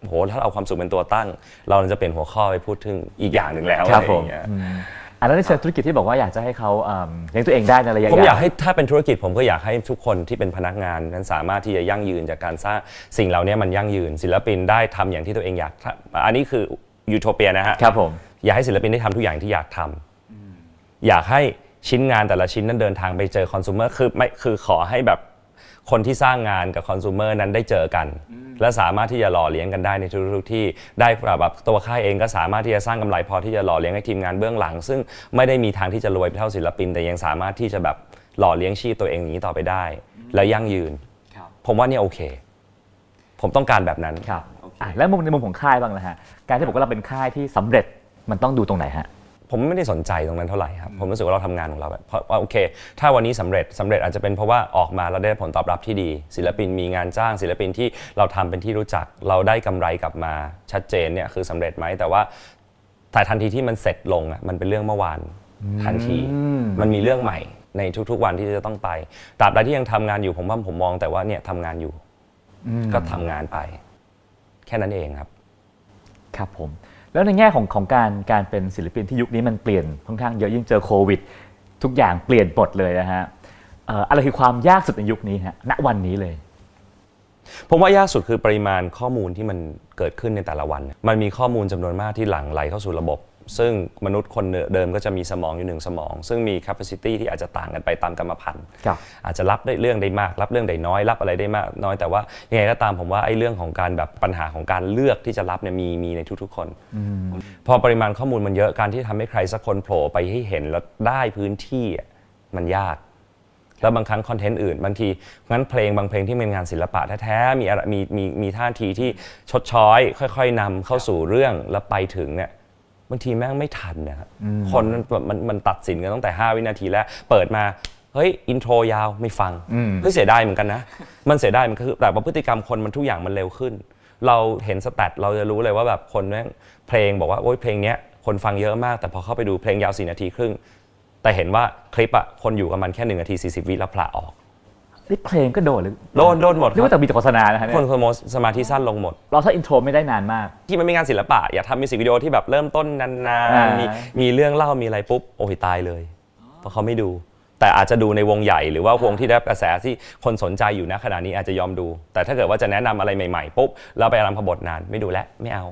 C: โหถ้าเราเอาความสุขเป็นตัวตั้ง เราจะเปลี่ยนหัวข้อไปพูดถึงอีกอย่างหนึ่งแล้ว
B: ครับ
C: อะไรอย่างเงี้ย
B: ผม อันนั้นในเชิงธุรกิจที่บอกว่าอยากจะให้เขาเอิ่มเลี้ยงตัวเองได้ในระยะ
C: ผมอยาย
B: าก ว
C: ให้ถ้าเป็นธุรกิจผมก็อยากให้ทุกคนที่เป็นพนักงานนั้นสามารถที่จะยั่งยืนจากการสร้างสิ่งเหล่านี้มันยั่งยืน ศิลปินได้ทำอย่างที่ตัวเองอยากทำอันนี้คือยูโทเปียนะฮะ
B: ครับผม
C: อยากให้ศิลปินได้ทำทุกอย่างที่อยากทำอยากให้ชิ้นงานแต่ละชิ้นนั้นเดินทางไปเจอคอน sumer คือไม่คือขอให้แบบคนที่สร้างงานกับคอน sumer นั้นได้เจอกัน และสามารถที่จะหล่อเลี้ยงกันได้ในทุกๆที่ได้แบบตัวค่ายเองก็สามารถที่จะสร้างกำไรพอที่จะหล่อเลี้ยงให้ทีมงานเบื้องหลัง ซึ่งไม่ได้มีทางที่จะรวยเท่าศิลปิน แต่ยังสามารถที่จะแบบหล่อเลี้ยงชีพตัวเองอย่างนี้ต่อไปได้ และยั่งยืน
B: ครับ
C: ผมว่าเนี่ยโอเค ผมต้องการแบบนั้น
B: ครับอ่ะแล้วมุมในมุมของค่ายบ้างนะฮะ การที่บอกว่าเราเป็นค่ายที่สำเร็จมันต้องดูตรงไหนฮะ
C: ผมไม่ได้สนใจตรงนั้นเท่าไหร่ครับ ผมรู้สึกว่าเราทำงานของเราแบบเพราะว่าโอเค ถ้าวันนี้สำเร็จสำเร็จอาจจะเป็นเพราะว่าออกมาเราได้ผลตอบรับที่ดี ศิลปินมีงานจ้าง ศิลปินที่เราทำเป็นที่รู้จัก เราได้กำไรกลับมาชัดเจนเนี่ยคือสำเร็จไหมแต่ว่าแต่ทันทีที่มันเสร็จลงอ่ะมันเป็นเรื่องเมื่อวานทันที มันมีเรื่องใหม่ในทุกๆวันที่จะต้องไปตราบใดที่ยังทำงานอยู่ผมว่าผมมองแต่ว่าเนี่ยทำงานอยู่ก็ทำงานไป แค่นั้นเองครับ
B: ครับผม แล้วในแง่ของของการการเป็นศิลปินที่ยุคนี้มันเปลี่ยนค่อนข้างเยอะยิ่งเจอโควิด ทุกอย่างเปลี่ยนหมดเลยนะฮะเอ่ออะไรคือความยากสุดในยุคนี้ฮะณวันนี้เลย
C: ผมว่ายากสุดคือปริมาณข้อมูลที่มันเกิดขึ้นในแต่ละวัน มันมีข้อมูลจำนวนมากที่หลั่งไหลเข้าสู่ระบบ ซึ่งมนุษย์คนเดิมก็จะมีสมองอยู่หนึ่งสมอง ซึ่งมี capacity ที่อาจจะต่างกันไปตามกรรมพันธุ์
B: ครับ
C: อาจจะรับได้เรื่องได้มาก รับเรื่องได้น้อย รับอะไรได้มากน้อยแต่ว่ายังไงก็ตามผมว่าไอ้เรื่องของการแบบปัญหาของการเลือกที่จะรับเนี่ยมีมีในทุกๆคน พอปริมาณข้อมูลมันเยอะการที่ทำให้ใครสักคนโผล่ไปให้เห็นแล้วได้พื้นที่อะมันยาก แล้วบางครั้งคอนเทนต์อื่นบางทีงั้นเพลงบางเพลงที่เป็นงานศิลปะแท้ๆมีอะไรมีมีมีท่าทีที่ชดช้อย ค่อย ๆนำเข้าสู่เรื่องแล้วไปถึงเนี่ยบางทีแม่งไม่ทันนะครับคนมันแบบมันมันตัดสินกันตั้งแต่ 5 วินาทีแล้ว เปิดมาเฮ้ยอินโทรยาวไม่ฟังเฮ้ยเสียดายเหมือนกันนะ มันเสียดายมันก็คือแต่ว่าพฤติกรรมคนมันทุกอย่างมันเร็วขึ้น เราเห็นสแตทเราจะรู้เลยว่าแบบคนแม่งเพลงบอกว่าโอ๊ยเพลงเนี้ยคนฟังเยอะมาก แต่พอเข้าไปดูเพลงยาวสี่นาทีครึ่ง แต่เห็นว่าคลิปอะคนอยู่กับมันแค่1นาที 40 วิแล้วพละออก
B: นี่เพลงก็โดดหรือ
C: โดนโดนหมดค
B: เรียก
C: รับ
B: ว่าแต่มีแต่โฆษณานะฮะเนี่ย
C: คนสมสมาธิสั้นลงหมด
B: เราถ้าอินโทรไม่ได้นานมาก
C: ที่มันไม่งานศิลปะ อย่าทำมิวสิกวิดีโอที่แบบเริ่มต้นนาน
B: อ่า
C: ๆ
B: มี
C: มีมีเรื่องเล่ามีอะไรปุ๊บ โอ้ยตายเลย เพราะเขาไม่ดู แต่อาจจะดูในวงใหญ่หรือว่าวงที่ได้รับกระแสที่คนสนใจอยู่นะขณะนี้อาจจะยอมดู แต่ถ้าเกิดว่าจะแนะนำอะไรใหม่ๆปุ๊บแล้วไปรำพบทนานไม่ดูแล้วไม่เอา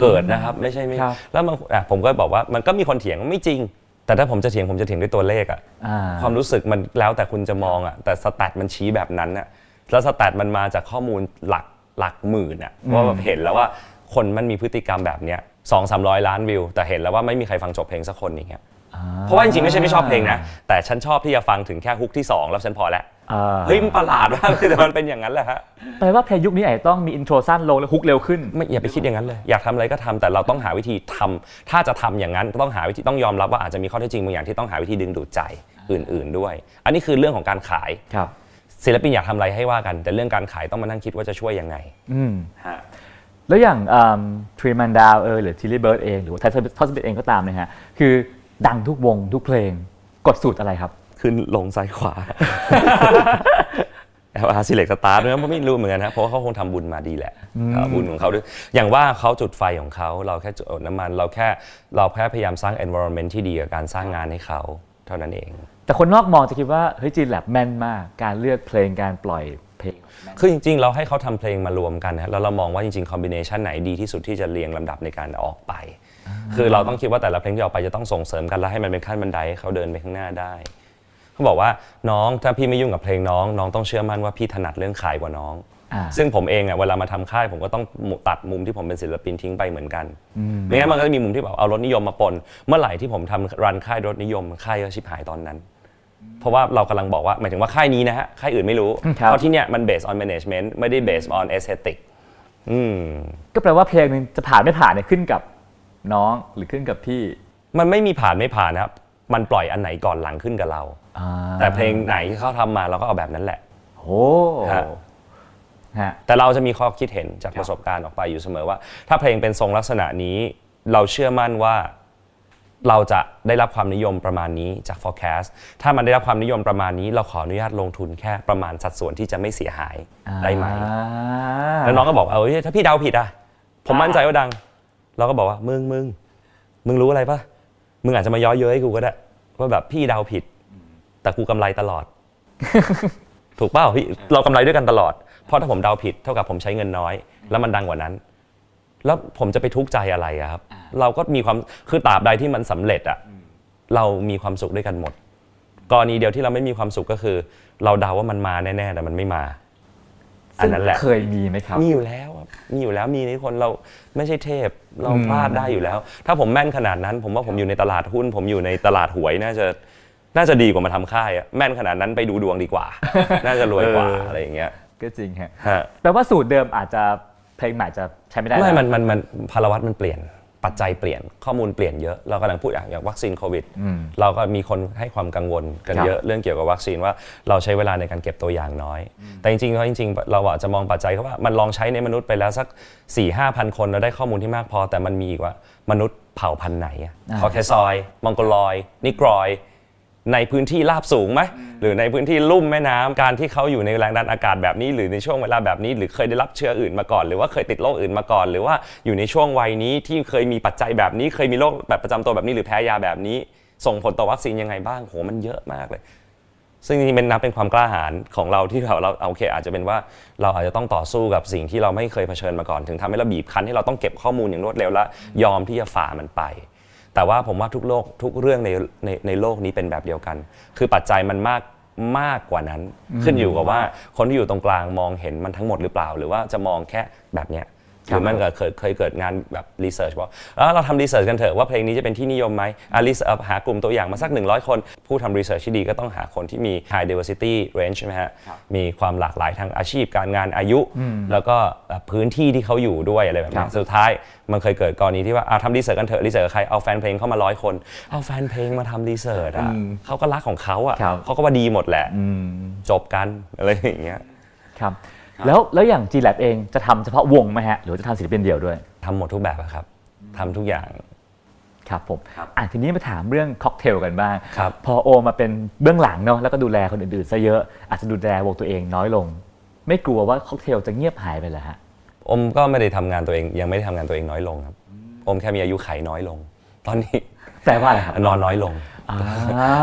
C: เกิดนะครับไม่ใช่ไม่
B: ครับ
C: แล้วมันอ่ะผมก็บอกว่ามันก็มีคนเถียงไม่จริง แต่ถ้าผมจะเถียงผมจะเถียงด้วยตัวเลขอะ
B: อ่า
C: ความรู้สึกมันแล้วแต่คุณจะมองอะแต่สแตทมันชี้แบบนั้นอะแล้วสแตทมันมาจากข้อมูลหลักหลักหมื่นอะว่าแบบเห็นแล้วว่าคนมันมีพฤติกรรมแบบเนี้ยสองสามร้อยล้านวิว แต่เห็นแล้วว่าไม่มีใครฟังจบเพลงสักคนอย่างเงี้ย เพราะว่าจริงๆไม่ใช่ไม่ชอบเพลงนะ แต่ฉันชอบที่จะฟังถึงแค่ฮุกที่ 2 แล้วฉันพอแล้ว
D: อ่า
C: เฮ้ยมันประหลาดมากเลยแต่มันเป็นอย่างนั้นแหละฮะ
D: แปลว่าเพลงยุคนี้อาจจะต้องมีอินโทรสั้นลงและฮุกเร็วขึ้น
C: ไม่อย่าไปคิดอย่างนั้นเลย อยากทำอะไรก็ทำแต่เราต้องหาวิธีทำถ้าจะทำอย่างนั้นต้องหาวิธีต้องยอมรับว่าอาจจะมีข้อเท็จจริงบางอย่างที่ต้องหาวิธีดึงดูดใจอื่น ๆด้วย อันนี้คือเรื่องของการขาย
D: ครับ
C: ศิลปินอยากทำอะไรให้ว่ากัน แต่เรื่องการขายต้องมานั่งคิดว่าจะช่วยยังไง
D: อืมแล้วอย่างทรีมันดาวเออหรือทิลลี่เบิร์ดเอง หรือว่าไททอสเบตเองก็ตามนะฮะ คือดังทุกวงทุกเพลงกดสูตรอะไรครับ
C: ขึ้นลงซ้าย *laughs* ขวา LR Select Start เนี่ยผมไม่รู้เหมือนกันนะเพราะว่าเขาคงทำบุญมาดีแหละอ่าบุญของเขาด้วย อย่างว่าเขาจุดไฟของเขา เราแค่จุดน้ำมัน เราแค่เราแค่พยายามสร้าง environment ที่ดีกับการสร้างงานให้เขาเท่านั้นเอง
D: แต่คนนอกมองจะคิดว่าเฮ้ยจีนแลบแม่นมากการเลือกเพลงการปล่อยเพลง
C: คือจริงๆ เราให้เขาทำเพลงมารวมกันนะแล้วเรามองว่าจริงๆ คอมบิเนชันไหนดีที่สุดที่จะเรียงลำดับในการออกไป คือเราต้องคิดว่าแต่ละเพลงที่ออกไปจะต้องส่งเสริมกันและให้มันเป็นขั้นบันไดให้เขาเดินไปข้างหน้าได้ เขาบอกว่าน้องถ้าพี่ไม่ยุ่งกับเพลงน้อง น้องต้องเชื่อมั่นว่าพี่ถนัดเรื่องขายกว่าน้อง
D: อ่า
C: ซึ่งผมเองอ่ะเวลามาทำค่ายผมก็ต้องตัดมุมที่ผมเป็นศิลปินทิ้งไปเหมือนกันไม่งั้นมันก็จะมีมุมที่แบบเอารถนิยมมาปน เมื่อไหร่ที่ผมทำรันค่ายรถนิยมค่ายก็ชิบหายตอนนั้น เพราะว่าเรากำลังบอกว่าหมายถึงว่าค่ายนี้นะฮะ ค่ายอื่นไม่รู้
D: ครับ
C: เพราะที่เนี่ยมัน based on management ไม่ได้ based on aesthetic อืม
D: ก็แปลว่าเพลงหนึงจะผ่านไม่ผ่านเนี่ยขึ้นกับน้องหรือขึ้นกับพี่
C: มันไม่มีผ่านไม่ผ่านนะครับ มันปล่อยอันไหนก่อนหลังขึ้นกับเรา
D: อ่า
C: แต่เพลงไหนที่เขาทำมาเราก็เอาแบบนั้นแหละ
D: โอ้
C: ฮะ
D: ฮะ
C: แต่เราจะมีข้อคิดเห็นจากประสบการณ์ออกไปอยู่เสมอว่า ถ้าเพลงเป็นทรงลักษณะนี้ เราเชื่อมั่นว่าเราจะได้รับความนิยมประมาณนี้จาก forecast ถ้ามันได้รับความนิยมประมาณนี้ เราขออนุญาตลงทุนแค่ประมาณสัดส่วนที่จะไม่เสียหายได้ไหม
D: อ่า
C: แล้วน้องก็บอกว่าเอ้ยถ้าพี่เดาผิดอ่ะ ผมมั่นใจว่าดัง เราก็บอกว่ามึงมึงมึงรู้อะไรปะมึงอาจจะมาย้อเย้ยกูก็ได้ว่าแบบพี่เดาผิด แต่กูกำไรตลอด ถูกเปล่าพี่เรากำไรด้วยกันตลอด เพราะถ้าผมเดาผิดเท่ากับผมใช้เงินน้อย แล้วมันดังกว่านั้น แล้วผมจะไปทุกข์ใจอะไรอะครับ เราก็มีความคือตราบใดที่มันสำเร็จอะเรามีความสุขด้วยกันหมด กรณีเดียวที่เราไม่มีความสุขก็คือ เราเดาว่ามันมาแน่ๆแต่มันไม่มาอันนั้นแหละ
D: ซึ่งเคยมีไหมครับ
C: มีอยู่แล้วครับมีอยู่แล้ว มีในคนเราไม่ใช่เทพ เรา
D: อืม
C: พลาดได้อยู่แล้ว ถ้าผมแม่นขนาดนั้น ผมว่าผมอยู่ในตลาดหุ้น ผมอยู่ในตลาดหวยน่าจะ น่าจะดีกว่ามาทำค่ายอะแม่นขนาดนั้นไปดูดวงดี
D: *laughs*
C: กว่า น่าจะรวยกว่าอะไรอย่างเงี้ย
D: ก็จริงฮะ
C: ฮะ
D: แปลว่าสูตรเดิมอาจจะเพลงใหม่จะใช้ไม่ได้
C: ไม่
D: แล้ว
C: มันมันมันภารวัตรมันเปลี่ยน ปัจจัยเปลี่ยน ข้อมูลเปลี่ยนเยอะ เรากำลังพูดอย่างอย่างวัคซีนโควิด
D: อืม
C: เราก็มีคนให้ความกังวลกัน
D: ครับ
C: เยอะเรื่องเกี่ยวกับวัคซีนว่าเราใช้เวลาในการเก็บตัวอย่างน้อย แต่จริงๆแล้วจริงๆ เราอาจจะมองปัจจัยเขาว่ามันลองใช้ในมนุษย์ไปแล้วสัก4ี่ห้าพันคนเราได้ข้อมูลที่มากพอ แต่มันมีอีกว่ามนุษย์เผ่าพันธุ์ไหนอะคอเคซอยมองโกลอย นิกรอย ในพื้นที่ราบสูงไหมหรือในพื้นที่ลุ่มแม่น้ำการที่เขาอยู่ในแรงดันอากาศแบบนี้ หรือในช่วงเวลาแบบนี้ หรือเคยได้รับเชื้ออื่นมาก่อน หรือว่าเคยติดโรคอื่นมาก่อน หรือว่าอยู่ในช่วงวัยนี้ที่เคยมีปัจจัยแบบนี้ เคยมีโรคแบบประจำตัวแบบนี้หรือแพ้ยาแบบนี้ ส่งผลต่อวัคซีนยังไงบ้างโหมันเยอะมากเลย ซึ่งจริงๆเป็นนับเป็นความกล้าหาญของเราที่แบบเราโอเค อาจจะเป็นว่าเราอาจจะต้องต่อสู้กับสิ่งที่เราไม่เคยเผชิญมาก่อนถึงทำให้เราบีบคั้นให้เราต้องเก็บข้อมูลอย่างรวดเร็วและยอมที่จะฝ่ามันไป แต่ว่าผมว่าทุกโลกทุกเรื่องในในในโลกนี้เป็นแบบเดียวกัน คือปัจจัยมันมากมากกว่านั้น ขึ้นอยู่กับว่าคนที่อยู่ตรงกลางมองเห็นมันทั้งหมดหรือเปล่า หรือว่าจะมองแค่แบบเนี้ยหรือมันก็เคยเคยเกิดงานแบบรีเสิร์ชว่าเอ้อเราทำรีเสิร์ชกันเถอะว่าเพลงนี้จะเป็นที่นิยมไหมอาริสหากลุ่มตัวอย่างมาสัก 100 คน ผู้ทำรีเสิร์ชที่ดีก็ต้องหาคนที่มี high diversity range ใช่ไหมฮะ มีความหลากหลายทางอาชีพการงานอายุ แล้วก็แบบพื้นที่ที่เขาอยู่ด้วยอะไรแบบ
D: ครั
C: นี้
D: บ
C: สุดท้ายมันเคยเกิดกรณีที่ว่าอ่ะทำรีเสิร์ชกันเถอะรีเสิร์ชกับใครเอาแฟนเพลงเข้ามาร้อยคน เอาแฟนเพลงมาทำรีเสิร์ชอ่ะเขาก็รักของเขาอ่ะ
D: ครับ
C: เขาก็ว่าดีหมดแหละ
D: อืม
C: จบกันอะไรอย่างเงี้ย
D: ครับ แล้วแล้วอย่าง G Lab เองจะทำเฉพาะวงไหมฮะ หรือว่าจะทำศิลปินเดี่ยวด้วย
C: ทำหมดทุกแบบอะครับ ทำทุกอย่าง
D: ครับผมอ่ะทีนี้มาถามเรื่องค็อกเทลกันบ้าง
C: ครับ
D: พอโอมาเป็นเบื้องหลังเนาะแล้วก็ดูแลคนอื่นๆซะเยอะ อาจจะดูแลวงตัวเองน้อยลง ไม่กลัวว่าค็อกเทลจะเงียบหายไปเหรอฮะ
C: อมก็ไม่ได้ทำงานตัวเอง ยังไม่ได้ทำงานตัวเองน้อยลงครับ อมแค่มีอายุไขน้อยลง ตอนนี้ *laughs*
D: แปลว่าอะไรครับ
C: นอนน้อยลง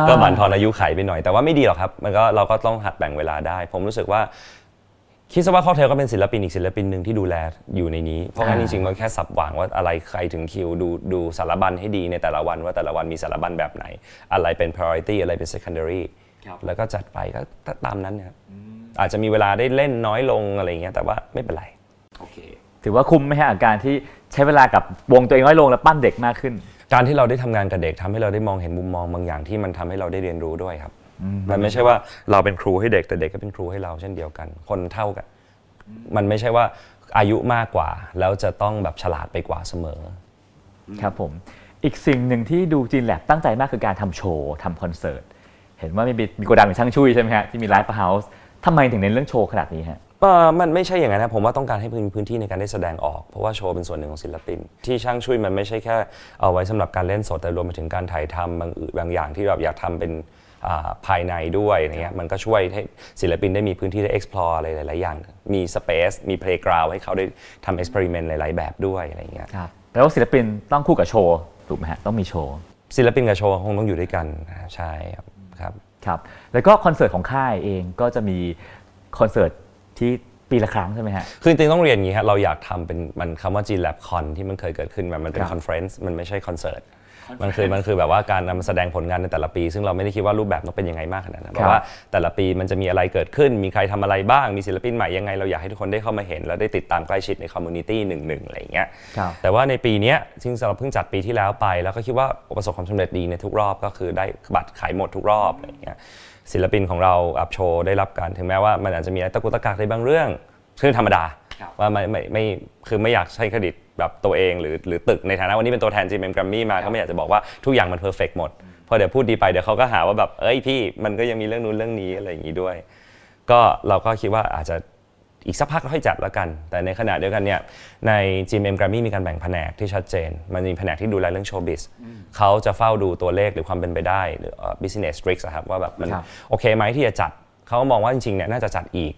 C: ก็บั่นทอนอายุไขไปหน่อย แต่ว่าไม่ดีหรอกครับ มันก็เราก็ต้องหัดแบ่งเวลาได้ ผมรู้สึกว่า คิดซะว่าค็อกเทลก็เป็นศิลปินอีกศิลปินหนึ่งที่ดูแลอยู่ในนี้ เพราะงั้นจ
D: อ่า
C: ริงๆมันแค่สับหว่างว่าอะไรใครถึงคิวดูดูสารบัญให้ดีในแต่ละวันว่าแต่ละวันมีสารบัญแบบไหน อะไรเป็น priority อะไรเป็น secondary แล้วก็จัดไปก็ตามนั้นเนี่ยครับอาจจะมีเวลาได้เล่นน้อยลงอะไรอย่างเงี้ยแต่ว่าไม่เป็นไร
D: ถือว่าคุ้มไหมฮะอาการที่ใช้เวลากับวงตัวเองน้อยลงและปั้นเด็กมากขึ้น
C: การที่เราได้ทำงานกับเด็กทำให้เราได้มองเห็นมุมมองบางอย่างที่มันทำให้เราได้เรียนรู้ด้วยครับ มันไม่ใช่ว่าเราเป็นครูให้เด็กแต่เด็กก็เป็นครูให้เราเช่นเดียวกัน คนเท่ากัน มันไม่ใช่ว่าอายุมากกว่า แล้วจะต้องแบบฉลาดไปกว่าเสมอ
D: ครับผม อีกสิ่งหนึ่งที่ดูจีนแลบตั้งใจมากคือการทำโชว์ทำคอนเสิร์ต เห็นว่ามีมีโกดังของช่างชุยใช่ไหมฮะที่มีร้านประเฮาส์ทำไมถึงเน้นเรื่องโชว์ขนาดนี้ฮะ
C: เอ่อมันไม่ใช่อย่างนั้นนะผมว่าต้องการให้พื้นพื้นที่ในการได้แสดงออก เพราะว่าโชว์เป็นส่วนหนึ่งของศิลปิน ที่ช่างช่วยมันไม่ใช่แค่เอาไว้สำหรับการเล่นสดแต่รวมไปถึงการถ่ายทำบางอื่นบางอย่างที่แบบอยากทำเป็นอ่าภายในด้วยอะไรเงี้ยมันก็ช่วยให้ศิลปินได้มีพื้นที่ได้ explore อะไรหลาย ๆ อย่าง มี space มี playground ให้เขาได้ทำ experiment หลาย ๆ แบบด้วยอะไรเงี้ย
D: ครับแปลว่าศิลปินต้องคู่กับโชว์ถูกไหมฮะต้องมีโชว์
C: ศิลปินกับโชว์คงต้องอยู่ด้วยกันนะใช่ครับครับ
D: ครับแล้วก็คอนเสิร์ตของค่ายเองก็จะมีคอนเสิร์ตที่ปีละครั้งใช่ไหมฮะ
C: คือจริงๆต้องเรียนอย่างนี้ฮะเราอยากทำเป็นมันคำว่า G Lab Con ที่มันเคยเกิดขึ้นมามันเป็
D: คน รับ
C: คอนเฟรนซ์มันไม่ใช่คอนเสิร์ตมันคือมันคือแบบว่าการนำแสดงผลงานในแต่ละปี ซึ่งเราไม่ได้คิดว่ารูปแบบต้องเป็นยังไงมากขนาดนั้นเพราะว่าแต่ละปีมันจะมีอะไรเกิดขึ้น มีใครทำอะไรบ้าง มีศิลปินใหม่ยังไง เราอยากให้ทุกคนได้เข้ามาเห็น แล้วได้ติดตามใกล้ชิดในคอมมูนิตี้หนึ่งๆอะไรอย่างเงี้ย
D: ครับ
C: แต่ว่าในปีเนี้ยซึ่งเราเพิ่งจัดปีที่แล้วไป แล้วก็คิดว่าประสบความสำเร็จดีในทุกรอบก็คือได้บัตรขายหมดทุกรอบอะไรอย่างเงี้ยศิลปินของเราอัพโชว์ได้รับการถึงแม้ว่ามันอาจจะมีอะไรตะกุกตะกักในบางเรื่องซึ่งธรรมดาว่าไม่ไม่ไม่คือไม่อยากใช้เครดิตแบบตัวเองหรือหรือตึกในฐานะวันนี้เป็นตัวแทน GMM Grammy มาก็ไม่อยากจะบอกว่าทุกอย่างมันเพอร์เฟกหมดเพอเดี๋ยวพูดดีไปเดี๋ยวเขาก็หาว่าแบบเอ้ยพี่มันก็ยังมีเรื่องนู้นเรื่องนี้อะไรอย่างงี้ด้วย ก็เราก็คิดว่าอาจจะอีกสักพักเราค่อยจัดแล้วกัน แต่ในขณะเดียวกันเนี่ยใน GMM Grammy มีการแบ่งแผนกที่ชัดเจน มันมีแผนกที่ดูแลเรื่องโชว์บิสเขาจะเฝ้าดูตัวเลขหรือความเป็นไปได้หรือเอ่อ business r i s k อะครับว่าแบบมัน
D: ครับ
C: โอเคไหมที่จะจัด เขาก็มองว่าจริงๆเนี่ยน่าจะจัดอีก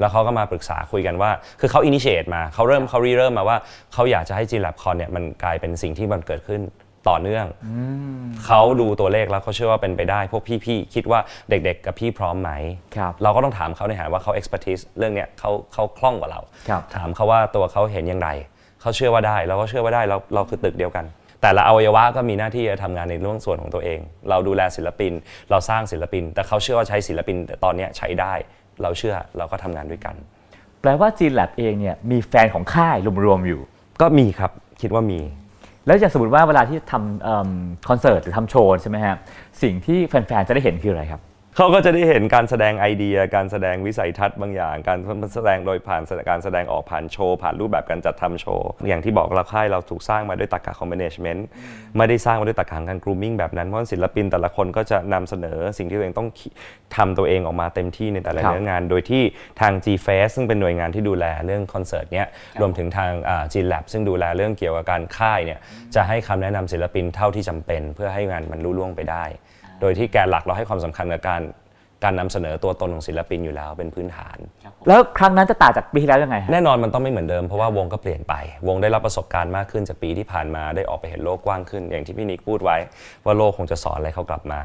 C: แล้วเขาก็มาปรึกษาคุยกันว่า คือเขาอินิเชตมาเขาเริ่มเขารีเริ่มมาว่าเขาอยากจะให้ g l a b c o n เนี่ยมันกลายเป็นสิ่งที่มันเกิดขึ้นต่อเนื่อง เขาดูตัวเลขแล้วเขาเชื่อว่าเป็นไปได้ พวกพี่ๆคิดว่าเด็กๆ กับพี่พร้อมไหม
D: ครับ
C: เราก็ต้องถามเขาในหาว่าเขา expertise เรื่องเนี้ยเขาเขาคล่องกว่าเรา
D: ครับ
C: ถามเขาว่าตัวเขาเห็นอย่างไร เขาเชื่อว่าได้เราก็เชื่อว่าได้เราเราคือตึกเดียวกัน แต่ละอวัยวะก็มีหน้าที่จะทำงานในเรื่องส่วนของตัวเอง เราดูแลศิลปิน เราสร้างศิลปิน แต่เขาเชื่อว่าใช้ศิลปินแต่ตอนเนี้ยใช้ได้ เราเชื่อเราก็ทำงานด้วยกัน
D: แปลว่าจีนแลบเองเนี่ยมีแฟนของค่ายรวมๆอยู่
C: ก็มีครับคิดว่ามี
D: แล้วอย่างสมมติว่าเวลาที่ทำเอิ่มคอนเสิร์ตหรือทำโชว์ใช่ไหมฮะสิ่งที่แฟนๆจะได้เห็นคืออะไรครับ
C: เขาก็จะได้เห็นการแสดงไอเดีย การแสดงวิสัยทัศน์บางอย่าง การแสดงโดยผ่านการแสดงออกผ่านโชว์ ผ่านรูปแบบการจัดทำโชว์ อย่างที่บอกเราค่ายเราถูกสร้างมาด้วยตรรกะของแมネจเมนต์ไม่ได้สร้างมาด้วยตรรกะของการกรูมมิ่งแบบนั้น เพราะศิลปินแต่ละคนก็จะนำเสนอสิ่งที่ตัวเองต้องคิดทำตัวเองออกมาเต็มที่ในแต่ละ
D: ครับ
C: เนื้องาน โดยที่ทาง g f a c e ซึ่งเป็นหน่วยงานที่ดูแลเรื่องคอนเสิร์ตเนี้ยรวมถึงทาง g l a b ซึ่งดูแลเรื่องเกี่ยวกับการค่ายเนี่ยจะให้คำแนะนำศิลปินเท่าที่จำเป็น เพื่อให้งานมันรุ่ล่วงไปได้ โดยที่แกนหลักเราให้ความสำคัญกับการการนำเสนอตัวตนของศิลปินอยู่แล้วเป็นพื้นฐาน
D: แล้วครั้งนั้นจะต่างจากปีที่แล้วยังไงฮะ
C: แน่นอนมันต้องไม่เหมือนเดิมเพราะว่าวงก็เปลี่ยนไป วงได้รับประสบการณ์มากขึ้นจากปีที่ผ่านมาได้ออกไปเห็นโลกกว้างขึ้น อย่างที่พี่นิกพูดไว้ ว่าโลกคงจะสอนอะไรเขากลับมา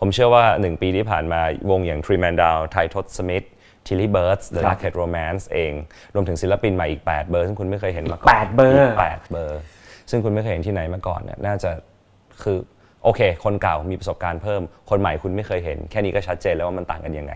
C: ผมเชื่อว่า 1 ปีที่ผ่านมาวงอย่าง t r e m a n d o w ไททอ s สมิธ t i l l y Birds The
D: ครับ
C: Naked Romance เอง รวมถึงศิลปินใหม่อีก 8 เบอร์ ซึ่งคุณไม่เคยเห็นมาก่อน
D: แปดเบอร์
C: กแปดเบอร์ ซึ่งคุณไม่เคยเห็นที่ไหนมาก่อนเนี่ยน่าจะคือโอเค คนเก่ามีประสบการณ์เพิ่ม คนใหม่คุณไม่เคยเห็น แค่นี้ก็ชัดเจนแล้วว่ามันต่างกันยังไง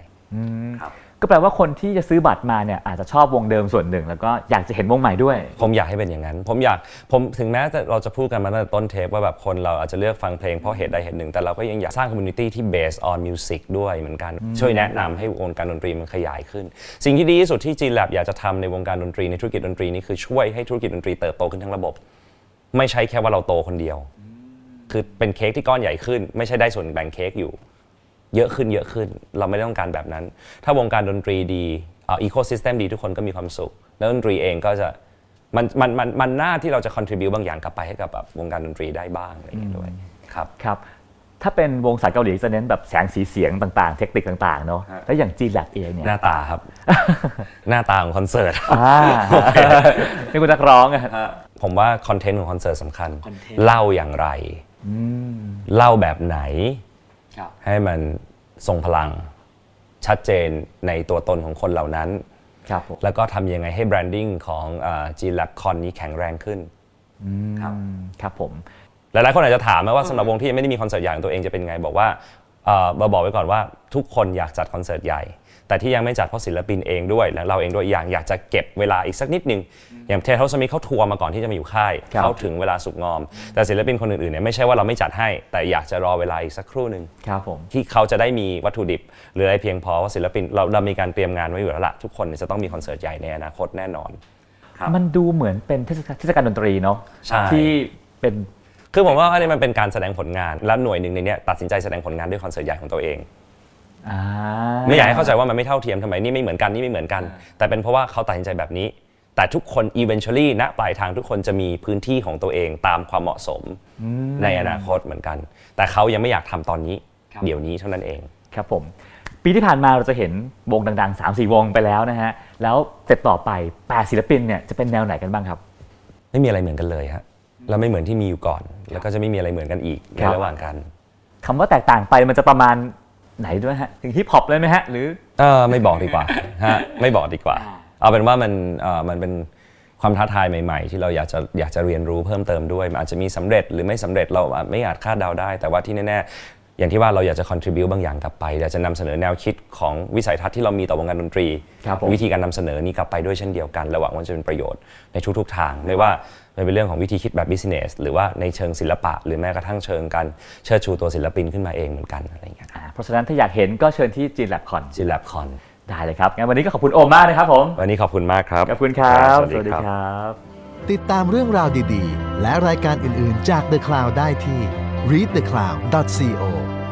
D: ก็แปลว่าคนที่จะซื้อบัตรมาเนี่ยอาจจะชอบวงเดิมส่วนหนึ่ง แล้วก็อยากจะเห็นวงใหม่ด้วย
C: ผมอยากให้เป็นอย่างนั้น ผมอยาก ผมถึงแม้จะเราจะพูดกันมาตั้งแต่ต้นเทปว่าแบบคนเราอาจจะเลือกฟังเพลงเพราะเหตุใดเหตุหนึ่ง แต่เราก็ยังอยากสร้างคอมมูนิตี้ที่ based on music ด้วยเหมือนกัน ช่วยแนะนำให้วงการดนตรีมันขยายขึ้น สิ่งที่ดีที่สุดที่ G Lab อยากจะทำในวงการดนตรีในธุรกิจดนตรีนี่คือช่วยให้ธุรกิจดนตรีเติบโตขึ้นทั้งระบบ ไม่ใช่แค่ว่าเราโตคนเดียว คือเป็นเค้กที่ก้อนใหญ่ขึ้น ไม่ใช่ได้ส่วนแบ่งเค้กอยู่ เยอะขึ้นเยอะขึ้น เราไม่ได้ต้องการแบบนั้น ถ้าวงการดนตรีดีอีโคซิสเต็มดีทุกคนก็มีความสุข แล้วดนตรีเองก็จะมันมันมันมันหน้าที่เราจะ contribu บางอย่างกลับไปให้กับแบบวงการดนตรีได้บ้างอะไรอย่างเงี้ยด้วยครับ
D: ครับ ถ้าเป็นวงสายเกาหลีจะเน้นแบบแสงสีเสียงต่างๆ เทคนิคต่างๆเนาะแล้วอย่างจีนแลบเองเนี่ย
C: หน้าตาครับ
D: *laughs*
C: หน้าตาของคอนเสิร์ต
D: อ่านี่คุณนักร้องอะ
C: ผมว่าคอนเทนต์ของคอนเสิร์ตสำคัญ เล่าอย่างไร เล่าแบบไหน ให้มันทรงพลังชัดเจนในตัวตนของคนเหล่านั้น
D: ครับผม
C: แล้วก็ทำยังไงให้แบรนดิ้งของจีแลบคอนนี้แข็งแรงขึ้น
D: อืมครับผม
C: หลายๆ คนอาจจะถามนะว่าสำหรับวงที่ยังไม่ได้มีคอนเสิร์ตใหญ่ของตัวเองจะเป็นไง บอกว่าเอ่อมาบอกไว้ก่อนว่าทุกคนอยากจัดคอนเสิร์ตใหญ่ แต่ที่ยังไม่จัดเพราะศิลปินเองด้วย และเราเองด้วยอย่างอยากจะเก็บเวลาอีกสักนิดนึงอย่างเทเทสมิเขาทัวร์มาก่อนที่จะมาอยู่ค่าย
B: ครับ
C: เขาถึงเวลาสุกงอม แต่ศิลปินคนอื่นๆเนี่ยไม่ใช่ว่าเราไม่จัดให้ แต่อยากจะรอเวลาอีกสักครู่หนึ่ง
B: ครับผม
C: ที่เขาจะได้มีวัตถุดิบ หรืออะไรเพียงพอว่าศิลปินเราเรามีการเตรียมงานไว้อยู่แล้วละทุกคนจะต้องมีคอนเสิร์ตใหญ่ในอนาคตแน่นอน ครับ
B: มันดูเหมือนเป็นเทศกาลเทศกาลดนตรีเนาะ
C: ใช่
B: ที่เป็น
C: คือผมว่าอันนี้มันเป็นการแสดงผลงาน และหน่วยหนึ่งในเนี้ยตัดสินใจแสดงผลงานด้วยคอนเสิร์ตใหญ่ของตัวเอง
B: อ่า
C: ไม่อยากให้เข้าใจว่ามันไม่เท่าเทียมทำไมนี่ไม่เหมือนกันนี่ไม่เหมือนกัน แต่เป็นเพราะว่าเขาตัดสินใจแบบนี้ แต่ทุกคน eventually ณปลายทางทุกคนจะมีพื้นที่ของตัวเองตามความเหมาะสมในอนาคตเหมือนกัน แต่เขายังไม่อยากทำตอนนี้ เดี๋ยวนี้เท่านั้นเอง
B: ครับผม ปีที่ผ่านมาเราจะเห็นวงดังๆ 3 4 วงไปแล้วนะฮะ แล้วเสร็จต่อไปแปดศิลปินเนี่ยจะเป็นแนวไหนกันบ้างครับ
C: ไม่มีอะไรเหมือนกันเลยฮะแล้วไม่เหมือนที่มีอยู่ก่อน แล้วก็จะไม่มีอะไรเหมือนกันอีกใน
B: ครับ
C: ระหว่างกัน
B: คำว่าแตกต่างไปมันจะประมาณไหนด้วยฮะ ถึงฮิปฮอปเลยไหมฮะ หรือ
C: เออไม่บอกดีกว่า *laughs* ฮะไม่บอกดีกว่า เอาเป็นว่ามันเออมันเป็นความท้าทายใหม่ ๆ ที่เราอยากจะอยากจะเรียนรู้เพิ่มเติมด้วยมันอาจจะมีสำเร็จหรือไม่สำเร็จเราอาจไม่อาจคาดเดาได้ แต่ว่าที่แน่ๆอย่างที่ว่าเราอยากจะ contribu บางอย่างกลับไปอยากจะนำเสนอแนวคิดของวิสัยทัศน์ที่เรามีต่อวงการดนตรี
B: ครับผม
C: วิธีการนำเสนอนี้กลับไปด้วยเช่นเดียวกันระหวังว่าจะเป็นประโยชน์ในทุกๆทางไม่ว่าจะเป็นเรื่องของวิธีคิดแบบ business หรือว่าในเชิงศิลปะ หรือแม้กระทั่งเชิงการเชิดชูตัวศิลปินขึ้นมาเองเหมือนกันอะไรอย่างเงี้ย
B: อ่าเพราะฉะนั้นถ้าอยากเห็นก็เชิญที่จีนแลบคอน
C: ศิลปคอน
B: ได้เลยครับงั้นวันนี้ก็ขอบคุณโอมมากนะครับผม
C: วันนี้ขอบคุณมากครับ
B: ขอบคุณครับ
C: สวัสดีครับ
B: บ
A: ติดตามเรื่องราวดีๆ และรายการอื่นๆจาก The Cloud ได้ที่ readthecloud.co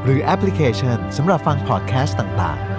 A: หรือแอปพลิเคชันสำหรับฟังพอดแคสต์ต่างๆ